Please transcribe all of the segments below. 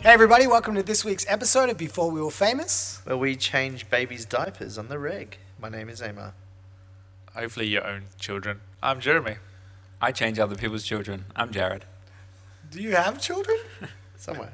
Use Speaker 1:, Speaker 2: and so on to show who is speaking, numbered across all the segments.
Speaker 1: Hey, everybody, welcome to this week's episode of Before We Were Famous.
Speaker 2: Where we change babies' diapers on the reg. My name is Amar.
Speaker 3: Hopefully, your own children. I'm Jeremy.
Speaker 4: I change other people's children. I'm Jared.
Speaker 1: Do you have children?
Speaker 2: Somewhere.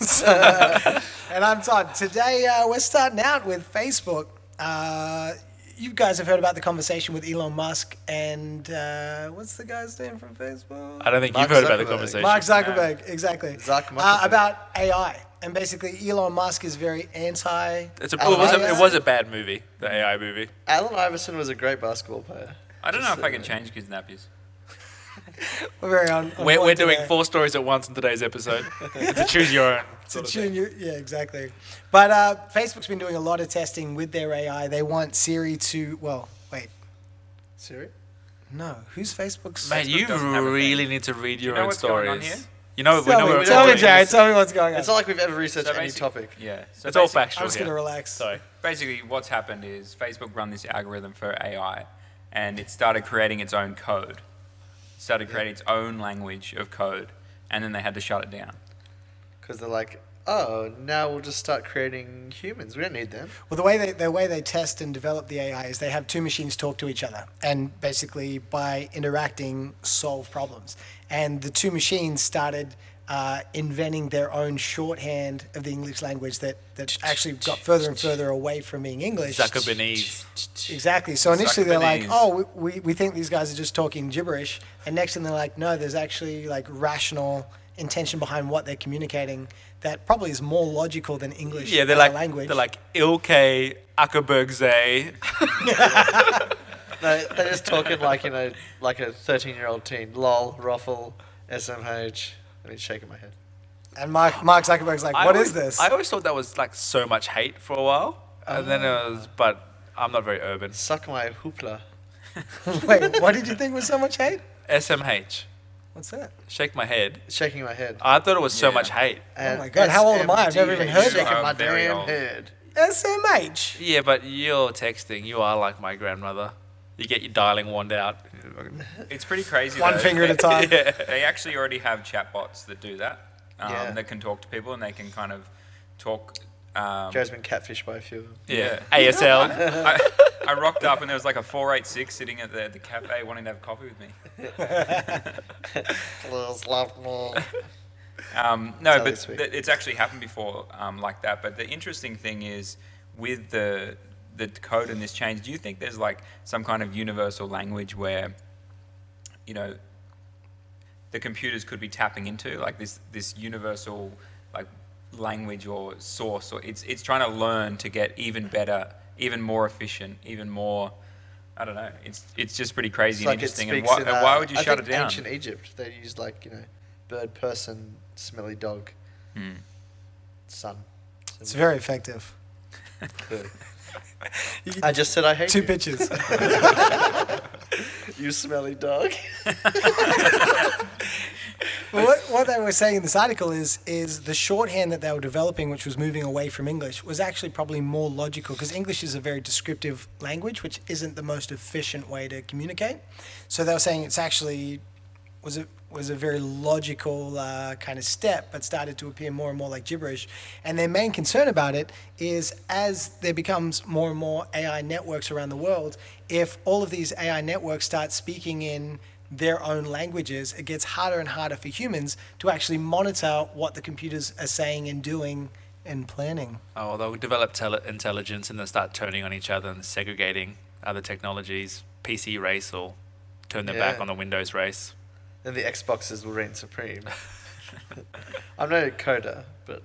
Speaker 1: and I'm Todd. Today, uh, we're starting out with Facebook. Uh, you guys have heard about the conversation with Elon Musk and uh, what's the guy's name from Facebook?
Speaker 3: I don't think
Speaker 2: Mark
Speaker 3: you've heard about the
Speaker 2: Zuckerberg.
Speaker 3: conversation.
Speaker 1: Mark Zuckerberg, exactly.
Speaker 2: Zuck
Speaker 1: uh,
Speaker 2: Muckerberg.
Speaker 1: about AI. And basically, Elon Musk is very anti.
Speaker 3: It's a, it,
Speaker 2: Oh,
Speaker 3: was
Speaker 2: yeah.
Speaker 3: a, it was a bad movie, the AI movie.
Speaker 2: Alan Iverson was a great basketball player.
Speaker 4: I don't know
Speaker 2: Just,
Speaker 4: if I
Speaker 2: uh,
Speaker 4: can change kids' nappies.
Speaker 1: We're very on. on
Speaker 3: We're,
Speaker 1: point
Speaker 3: we're doing
Speaker 1: today.
Speaker 3: four stories at once in today's episode. it's a choose your own.
Speaker 1: to
Speaker 3: sort of
Speaker 1: tune
Speaker 3: thing.
Speaker 1: you. Yeah, exactly. But uh, Facebook's been doing a lot of testing with their AI. They want Siri to. Well, wait.
Speaker 2: Siri?
Speaker 1: No, who's Facebook's?
Speaker 3: Mate, you
Speaker 4: doesn't have a thing.
Speaker 3: really need to read your
Speaker 4: know
Speaker 3: own
Speaker 4: what's going on
Speaker 3: stories.
Speaker 4: here?
Speaker 3: You know, we
Speaker 1: tell
Speaker 3: know
Speaker 1: me,
Speaker 3: we're
Speaker 2: tell
Speaker 1: tell me,
Speaker 3: recording
Speaker 1: Jared.
Speaker 3: this.
Speaker 1: Tell me what's going on.
Speaker 2: It's not like we've ever researched
Speaker 4: So
Speaker 2: any
Speaker 4: basic-
Speaker 2: topic.
Speaker 4: Yeah. So
Speaker 3: It's all
Speaker 4: basic-
Speaker 3: factual
Speaker 1: I'm just
Speaker 3: here.
Speaker 1: gonna relax.
Speaker 3: Sorry.
Speaker 4: Basically, what's happened is Facebook run this algorithm for AI, and it started creating its own code. It started creating its own language of code, and then they had to shut it down.
Speaker 2: Because they're like, oh, now we'll just start creating humans. We don't need them.
Speaker 1: Well, the way they the way they test and develop the AI is they have two machines talk to each other, and basically by interacting, solve problems. And the two machines started uh, inventing their own shorthand of the English language that that actually got further and further away from being English.
Speaker 3: Zuckerberg.
Speaker 1: Exactly. So initially they're like,
Speaker 4: Zuckerberg.
Speaker 1: oh, we, we, we think these guys are just talking gibberish. And next thing they're like, no, there's actually like rational intention behind what they're communicating that probably is more logical than English
Speaker 3: Yeah, they're
Speaker 1: as a
Speaker 3: like
Speaker 1: language.
Speaker 3: they're like Ilke Zuckerbergze.
Speaker 2: No, they're just talking like, you know, like a 13 year old teen. Lol, ruffle, SMH. I mean, shaking my head.
Speaker 1: and Mark, Mark Zuckerberg's like,
Speaker 3: I
Speaker 1: what
Speaker 3: always-
Speaker 1: is this?
Speaker 3: I always thought that was like so much hate for a while, and then it was. But I'm not very urban.
Speaker 2: Suck my hoopla.
Speaker 1: Wait, what did you think was so much hate?
Speaker 3: SMH,
Speaker 1: What's that?
Speaker 3: shake my head.
Speaker 2: Shaking my head.
Speaker 3: I thought it was so
Speaker 4: Yeah.
Speaker 3: much hate.
Speaker 2: And
Speaker 1: Oh my God, how old am I? I've never even
Speaker 2: SMG,
Speaker 1: heard
Speaker 2: Shaking
Speaker 4: that.
Speaker 2: my
Speaker 4: I'm very
Speaker 2: damn
Speaker 4: old.
Speaker 2: head.
Speaker 1: SMH.
Speaker 3: Yeah, but you're texting. You are like my grandmother. You get your dialing wand out.
Speaker 4: It's pretty crazy.
Speaker 1: One
Speaker 4: though.
Speaker 1: finger at a time.
Speaker 4: They actually already have chatbots that do that. Um,
Speaker 2: Yeah.
Speaker 4: That can talk to people and they can kind of talk. Um,
Speaker 2: Joe's been catfished by a few of them.
Speaker 3: Yeah, ASL.
Speaker 4: I, I rocked up and there was like a 486 sitting at the, the cafe wanting to have coffee with me.
Speaker 2: Please love me.
Speaker 4: Um, no,
Speaker 2: how
Speaker 4: but
Speaker 2: this week-
Speaker 4: th- it's actually happened before um, like that. But the interesting thing is with the the code and this change, do you think there's like some kind of universal language where, you know, the computers could be tapping into like this this universal like language or source or it's it's trying to learn to get even better, even more efficient, even more. I don't know. It's it's just pretty
Speaker 2: It's
Speaker 4: crazy and
Speaker 2: like it
Speaker 4: interesting. And
Speaker 2: speaks
Speaker 4: why,
Speaker 2: in,
Speaker 4: and why
Speaker 2: uh,
Speaker 4: would you
Speaker 2: I
Speaker 4: shut it
Speaker 2: think
Speaker 4: down?
Speaker 2: Ancient Egypt, they used like you know, bird, person, smelly dog,
Speaker 4: Hmm.
Speaker 2: sun.
Speaker 1: It's very effective.
Speaker 2: I just said I hate
Speaker 1: Two
Speaker 2: you.
Speaker 1: pictures.
Speaker 2: You smelly dog.
Speaker 1: Well, what, what they were saying in this article is is the shorthand that they were developing, which was moving away from English, was actually probably more logical because English is a very descriptive language, which isn't the most efficient way to communicate. So they were saying it's actually was a was a very logical uh, kind of step, but started to appear more and more like gibberish. And their main concern about it is as there becomes more and more AI networks around the world, if all of these AI networks start speaking in their own languages, it gets harder and harder for humans to actually monitor what the computers are saying and doing and planning.
Speaker 3: oh, well, they'll develop tele- intelligence and then start turning on each other and segregating other technologies. PC race or turn their back
Speaker 2: Yeah.
Speaker 3: on the Windows race.
Speaker 2: Then the Xboxes will reign supreme. I'm no coder, but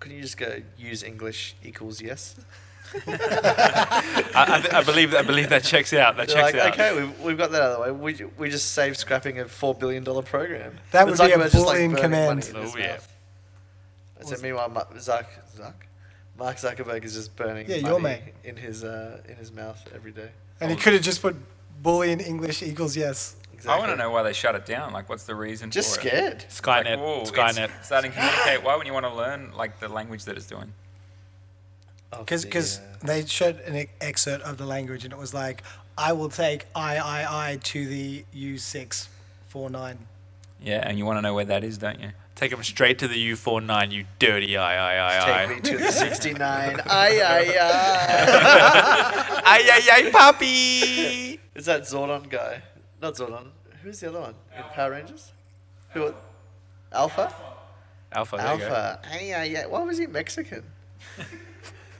Speaker 2: couldn't you just go use English equals yes?
Speaker 3: I, I, th- I believe I believe that checks out. That
Speaker 2: They're
Speaker 3: checks
Speaker 2: like,
Speaker 3: out.
Speaker 2: okay, we've, we've got that out of the way. We, ju- we just saved scrapping a four billion dollar program.
Speaker 1: That would
Speaker 2: But
Speaker 1: be a
Speaker 2: Zuckerberg's just, like,
Speaker 1: Boolean
Speaker 2: burning
Speaker 1: command.
Speaker 2: money in his
Speaker 3: Oh, yeah.
Speaker 2: mouth. So meanwhile, Ma- Zuck, Zuck, Mark Zuckerberg is just burning
Speaker 1: Yeah, your
Speaker 2: money
Speaker 1: mate.
Speaker 2: in his uh, in his mouth every day.
Speaker 1: And he could have just put Boolean English equals yes.
Speaker 4: I want to know why they shut it down. Like, what's the reason
Speaker 2: Just
Speaker 4: for it?
Speaker 2: scared.
Speaker 4: Like,
Speaker 3: Skynet.
Speaker 4: whoa, it's
Speaker 3: Skynet.
Speaker 4: starting to communicate. Why wouldn't you want to learn like the language that it's doing?
Speaker 2: of
Speaker 1: Because
Speaker 2: the,
Speaker 1: because
Speaker 2: uh,
Speaker 1: they showed an e- excerpt of the language and it was like, I will take I I I to the U six four nine.
Speaker 4: Yeah, and you want to know where that is, don't you?
Speaker 3: Take him straight to the U49, you dirty I, I, I,
Speaker 2: Take
Speaker 3: I.
Speaker 2: me to the 69. Aye, aye, aye.
Speaker 3: Ay, ay, ay, puppy!
Speaker 2: Is that Zordon guy? Not Zordon. Who's the other one? In Power Rangers? Who? Alpha?
Speaker 3: Alpha, there you go.
Speaker 2: Alpha. Aye, aye, aye. Why was he Mexican?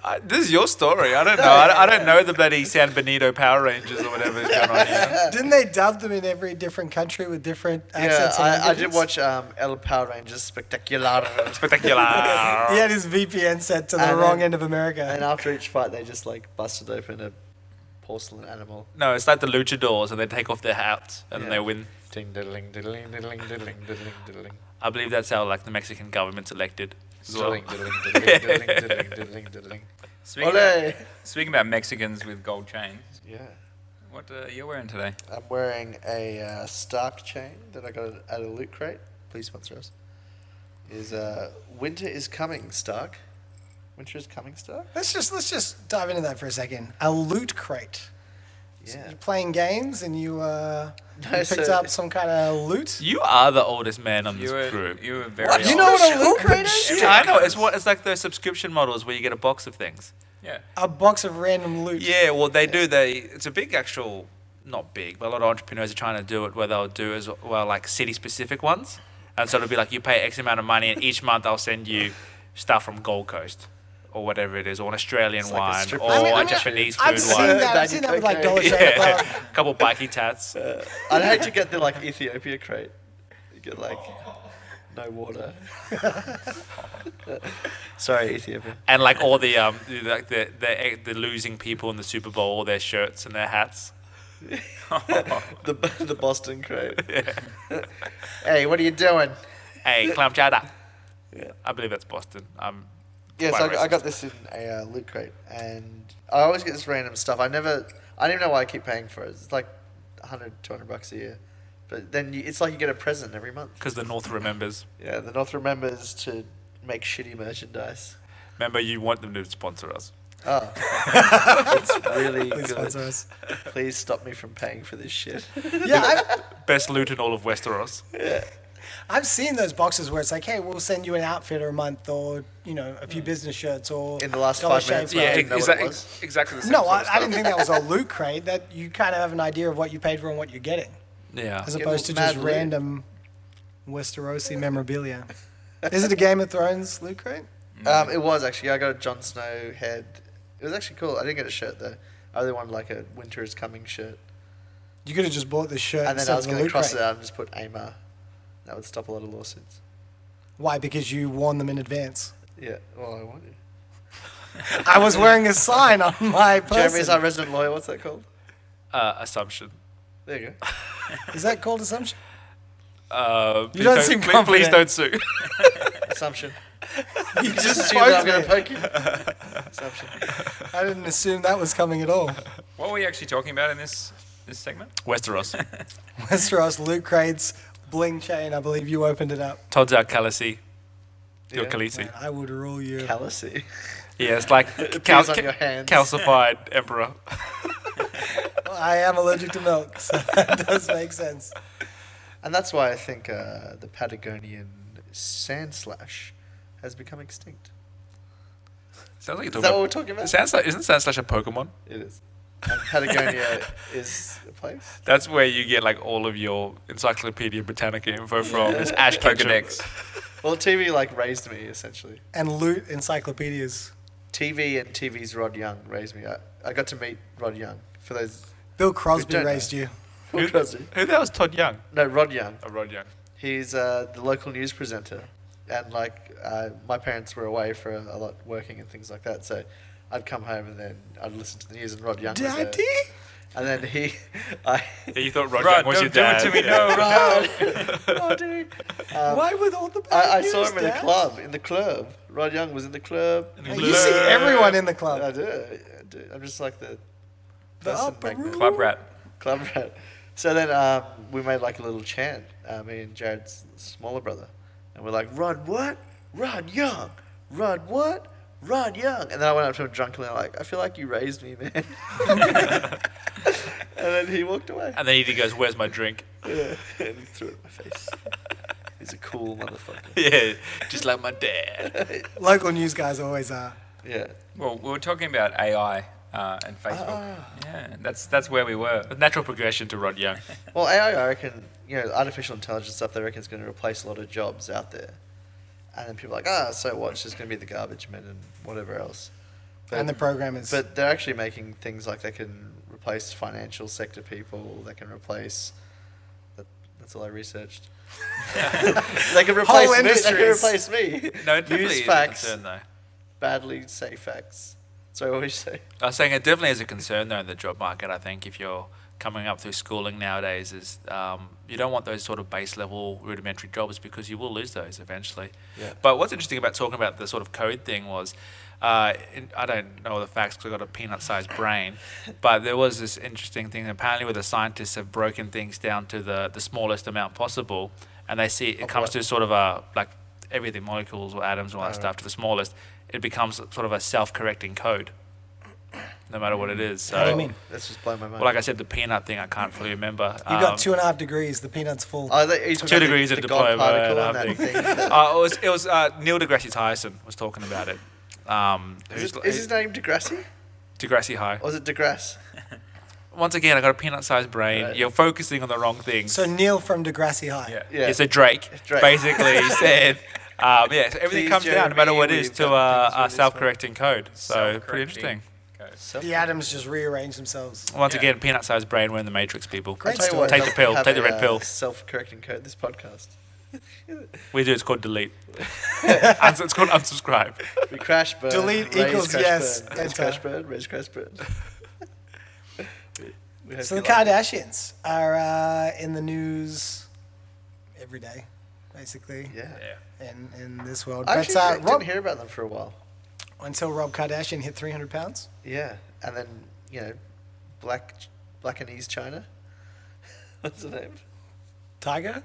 Speaker 3: I, this is your story. I don't know. I, I don't know the bloody San Benito Power Rangers or whatever is going on here.
Speaker 1: Uh, Didn't they dub them in every different country with different
Speaker 2: Yeah,
Speaker 1: accents? and
Speaker 2: I, I did
Speaker 1: languages?
Speaker 2: watch um, El Power Rangers Spectacular.
Speaker 3: Spectacular.
Speaker 1: He had his VPN set to the
Speaker 2: uh, And
Speaker 1: wrong
Speaker 2: then-
Speaker 1: end of America.
Speaker 2: and after each fight, they just like busted open a porcelain animal.
Speaker 3: No, it's like the luchadors, and they take off their hats and then
Speaker 2: Yeah.
Speaker 3: they win.
Speaker 5: Ding diddling diddling diddling diddling diddling diddling.
Speaker 3: I believe that's how like the Mexican government's elected. as well.
Speaker 5: Diddling diddling diddling diddling diddling diddling diddling.
Speaker 4: Speaking,
Speaker 2: Ole!
Speaker 4: About, speaking about Mexicans with gold chains,
Speaker 2: Yeah.
Speaker 4: what uh, you're wearing today?
Speaker 2: I'm wearing a uh, Stark chain that I got at a loot crate. Please sponsor us. Is uh, winter is coming, Stark? Winter is coming, Stark.
Speaker 1: Let's just let's just dive into that for a second. A loot crate. So
Speaker 2: Yeah.
Speaker 1: you're playing games and you, uh,
Speaker 2: No,
Speaker 1: you picked
Speaker 2: so-
Speaker 1: up some kind of loot.
Speaker 3: You are the oldest man on this
Speaker 4: You were,
Speaker 3: group.
Speaker 4: you were very.
Speaker 1: What? You
Speaker 4: old.
Speaker 1: know what a loot crate is?
Speaker 3: Yeah, I know. It's what it's like those subscription models where you get a box of things.
Speaker 4: Yeah.
Speaker 1: A box of random loot.
Speaker 3: Yeah, well, they do. They it's a big actual, not big, but a lot of entrepreneurs are trying to do it. Where they'll do is well, like city specific ones, and so it'll be like you pay X amount of money, and each month I'll send you stuff from Gold Coast or whatever it is, or an Australian
Speaker 2: It's like a
Speaker 3: wine,
Speaker 2: strip
Speaker 3: or
Speaker 2: club. I mean,
Speaker 3: Oh, a
Speaker 2: I'm not-
Speaker 3: Japanese
Speaker 1: I've
Speaker 3: food
Speaker 1: seen
Speaker 3: wine.
Speaker 1: that. I've seen that with like Dollar Shave Club.
Speaker 3: Yeah, a couple bikie tats.
Speaker 2: I'd hate to get the like Ethiopia crate. You get like no water. Sorry, Ethiopia.
Speaker 3: and like all the um the- like the the the losing people in the Super Bowl, all their shirts and their hats.
Speaker 2: The the Boston crate. hey, what are you doing?
Speaker 3: Hey, clam chowder.
Speaker 2: Yeah.
Speaker 3: I believe that's Boston. Um,
Speaker 2: Yes,
Speaker 3: quite
Speaker 2: I, I got
Speaker 3: racist.
Speaker 2: this in a uh, loot crate, and I always get this random stuff. I never, I don't even know why I keep paying for it. It's like 100, 200 bucks a year, but then you, it's like you get a present every month.
Speaker 3: Because the North remembers.
Speaker 2: Yeah, the North remembers to make shitty merchandise.
Speaker 3: Remember, you want them to sponsor us.
Speaker 2: Oh, it's really
Speaker 1: Please sponsor
Speaker 2: good.
Speaker 1: us.
Speaker 2: Please stop me from paying for this shit.
Speaker 1: Yeah, I've,
Speaker 3: Best loot in all of Westeros.
Speaker 1: I've seen those boxes where it's like, hey, we'll send you an outfit or a month or, you know, a few business shirts or
Speaker 2: Mm. In the last
Speaker 1: Dollar
Speaker 2: five
Speaker 1: Shave
Speaker 2: minutes,
Speaker 1: Club.
Speaker 2: Yeah, I didn't know what it
Speaker 3: exac-
Speaker 2: was.
Speaker 3: ex- exactly the same.
Speaker 1: No,
Speaker 3: sort
Speaker 1: I,
Speaker 3: of
Speaker 1: I didn't
Speaker 3: stuff.
Speaker 1: think that was a loot crate. That you kind of have an idea of what you paid for and what you're getting,
Speaker 3: Yeah.
Speaker 1: as
Speaker 2: Get
Speaker 1: opposed to
Speaker 2: all
Speaker 1: just
Speaker 2: mad loot.
Speaker 1: random Westerosi memorabilia. Is it a Game of Thrones loot crate?
Speaker 2: Um, it was actually. I got a Jon Snow head. It was actually cool. I didn't get a shirt though. I really wanted like a Winter is Coming shirt.
Speaker 1: You could have just bought the shirt
Speaker 2: and then I was
Speaker 1: going to
Speaker 2: cross
Speaker 1: crate.
Speaker 2: it out and just put Amar. That would stop a lot of lawsuits.
Speaker 1: Why? Because you warned them in advance.
Speaker 2: Yeah, well, I wanted.
Speaker 1: I was wearing a sign on my
Speaker 2: Jeremy is our
Speaker 1: person.
Speaker 2: resident lawyer. What's that called?
Speaker 3: Uh, assumption.
Speaker 2: There you go.
Speaker 1: Is that called assumption?
Speaker 3: Uh, please
Speaker 1: don't seem
Speaker 3: please, please
Speaker 1: confident.
Speaker 3: don't sue.
Speaker 2: Assumption.
Speaker 1: You
Speaker 2: You just
Speaker 1: just
Speaker 2: assume that I'm
Speaker 1: poked
Speaker 2: going to
Speaker 1: me.
Speaker 2: poke you. Assumption.
Speaker 1: I didn't assume that was coming at all.
Speaker 4: What were we actually talking about in this this segment?
Speaker 3: Westeros.
Speaker 1: Westeros loot crates, bling chain. I believe you opened it up.
Speaker 3: Todd's out Khaleesi. Your
Speaker 2: Yeah.
Speaker 3: Khaleesi.
Speaker 1: Man, I would rule you.
Speaker 2: Callousy.
Speaker 3: Yeah, it's like cal-
Speaker 2: appears on your hands.
Speaker 3: calcified emperor.
Speaker 1: I am allergic to milk, so that does make sense.
Speaker 2: And that's why I think uh, the Patagonian sand slash has become extinct.
Speaker 3: Sounds like you're
Speaker 2: Is
Speaker 3: talking
Speaker 2: that what we're
Speaker 3: about.
Speaker 2: talking about?
Speaker 3: Sounds like, isn't Sand Slash a Pokemon?
Speaker 2: It is. And Patagonia is a place.
Speaker 3: That's where you get like all of your Encyclopedia Britannica info from. It's Ash Ketchum.
Speaker 4: Pokedex.
Speaker 2: Well, TV like raised me essentially.
Speaker 1: And loot encyclopedias.
Speaker 2: TV and TV's Rod Young raised me. I, I got to meet Rod Young. For those
Speaker 1: Bill Crosby
Speaker 2: don't know.
Speaker 1: raised you.
Speaker 3: Who,
Speaker 2: who does it?
Speaker 3: who the hell's Todd Young?
Speaker 2: No, Rod Young.
Speaker 3: Oh, Rod Young.
Speaker 2: He's uh, the local news presenter, and like uh, my parents were away for a, a lot working and things like that, so I'd come home and then I'd listen to the news and Rod Young. was there.
Speaker 1: Daddy?
Speaker 2: And then he, I,
Speaker 3: Yeah, you thought Rod,
Speaker 4: Rod,
Speaker 3: Young was
Speaker 4: don't
Speaker 3: your
Speaker 4: do it
Speaker 3: dad.
Speaker 4: to me,
Speaker 3: Yeah.
Speaker 4: no.
Speaker 2: Rod, Roddy.
Speaker 1: Why with all the bad
Speaker 2: Um, I, I saw
Speaker 1: news,
Speaker 2: him in the
Speaker 1: Dad?
Speaker 2: club. In the club, Rod Young was in the club.
Speaker 3: In the
Speaker 1: Hey, You see everyone in the
Speaker 2: I
Speaker 1: club.
Speaker 2: do. I do. I'm just like the
Speaker 1: The
Speaker 2: person
Speaker 1: upper
Speaker 2: magnet.
Speaker 1: room.
Speaker 4: Club rat.
Speaker 2: club rat. So then um, we made like a little chant, uh, me and Jared's smaller brother, and we're like, Rod what? Rod Young. Rod what? Rod Young. And then I went up to him drunkenly, like, I feel like you raised me, man. and then he walked away
Speaker 3: And then he goes, "Where's my drink?"
Speaker 2: Yeah, and he threw it in my face. He's He's a cool motherfucker.
Speaker 3: yeah, just like my dad.
Speaker 1: Local news guys always are.
Speaker 2: Yeah.
Speaker 4: Well, we were talking about AI uh, and Facebook.
Speaker 2: Ah.
Speaker 4: Yeah, that's that's where we were.
Speaker 3: A natural progression to Rod Young.
Speaker 2: Well, AI, I reckon, you know, artificial intelligence stuff, they reckon is going to replace a lot of jobs out there. And then people are like, ah, so what? It's just going to be the garbage men and whatever else. But,
Speaker 1: and the programmers.
Speaker 2: but they're actually making things like they can replace financial sector people, they can replace. that- That's all I researched. they can replace
Speaker 1: Whole
Speaker 2: me. They can
Speaker 1: industries.
Speaker 2: replace me.
Speaker 3: No, it definitely
Speaker 2: Use
Speaker 3: is
Speaker 2: facts.
Speaker 3: a concern though.
Speaker 2: Badly say facts. Sorry, what did you say?
Speaker 3: I was saying it definitely is a concern though in the job market. I think if you're coming up through schooling nowadays, is um, you don't want those sort of base level rudimentary jobs because you will lose those eventually.
Speaker 2: Yeah.
Speaker 3: But what's interesting about talking about the sort of code thing was, uh, in, I don't know the facts because I've got a peanut sized brain, but there was this interesting thing. Apparently, where the scientists have broken things down to the, the smallest amount possible, and they see it comes
Speaker 2: what?
Speaker 3: to sort of a like everything molecules or atoms and all that stuff to the smallest. It becomes sort of a self correcting code, no matter what it is. So,
Speaker 1: What do you mean?
Speaker 2: Oh, That's just blowing my mind.
Speaker 3: well, like I said, the peanut thing I can't fully remember.
Speaker 1: you
Speaker 3: Um,
Speaker 1: got two and a half degrees. The peanut's full.
Speaker 2: Oh, they,
Speaker 3: two degrees of diploma. and I think-
Speaker 2: thing.
Speaker 3: uh, it was, it was uh, Neil deGrasse Tyson was talking about it. Um,
Speaker 2: Is,
Speaker 3: who's-
Speaker 2: it, Oh. is his name Degrassi?
Speaker 3: Degrassi High.
Speaker 2: Or is it DeGrasse?
Speaker 3: Once again, I got a peanut-sized brain.
Speaker 2: Right.
Speaker 3: You're focusing on the wrong things.
Speaker 1: so Neil from Degrassi High.
Speaker 4: Yeah.
Speaker 2: Yeah.
Speaker 3: It's a Drake.
Speaker 2: Drake.
Speaker 3: Basically, he said, um, yeah, so everything
Speaker 2: Please,
Speaker 3: comes down, no matter
Speaker 2: Jeremy,
Speaker 3: what it is,
Speaker 2: we've
Speaker 3: to
Speaker 2: done
Speaker 3: a,
Speaker 2: things
Speaker 3: a
Speaker 2: with this
Speaker 3: self-correcting code. So pretty
Speaker 4: Self-correcting
Speaker 3: interesting.
Speaker 4: code.
Speaker 2: Self-
Speaker 1: The atoms just rearrange themselves.
Speaker 3: Once
Speaker 4: Yeah.
Speaker 3: again, peanut-sized brain. We're in the Matrix, people.
Speaker 1: Great
Speaker 2: I'll tell you
Speaker 1: story.
Speaker 2: what,
Speaker 3: Take the
Speaker 2: they'll
Speaker 3: pill,
Speaker 2: have
Speaker 3: take the
Speaker 2: a,
Speaker 3: red
Speaker 2: uh,
Speaker 3: pill.
Speaker 2: Self-correcting code. This podcast.
Speaker 3: We do. It's called delete. Uns- it's called unsubscribe.
Speaker 2: We crash burn.
Speaker 1: Delete
Speaker 2: raise,
Speaker 1: equals
Speaker 2: crash
Speaker 1: yes,
Speaker 2: Burn, raise
Speaker 1: enter.
Speaker 2: crash burn. Raise crash burn. We- we hope
Speaker 1: So
Speaker 2: you
Speaker 1: the
Speaker 2: like it.
Speaker 1: Kardashians are uh, in the news every day, basically,
Speaker 2: Yeah.
Speaker 1: in, in this world.
Speaker 2: I
Speaker 1: But
Speaker 2: actually
Speaker 1: uh,
Speaker 2: didn't
Speaker 1: Rob,
Speaker 2: hear about them for a while.
Speaker 1: until Rob Kardashian hit 300 pounds,
Speaker 2: Yeah, and then you know, black, black and East China. What's the name?
Speaker 1: Tiger.
Speaker 4: Oh,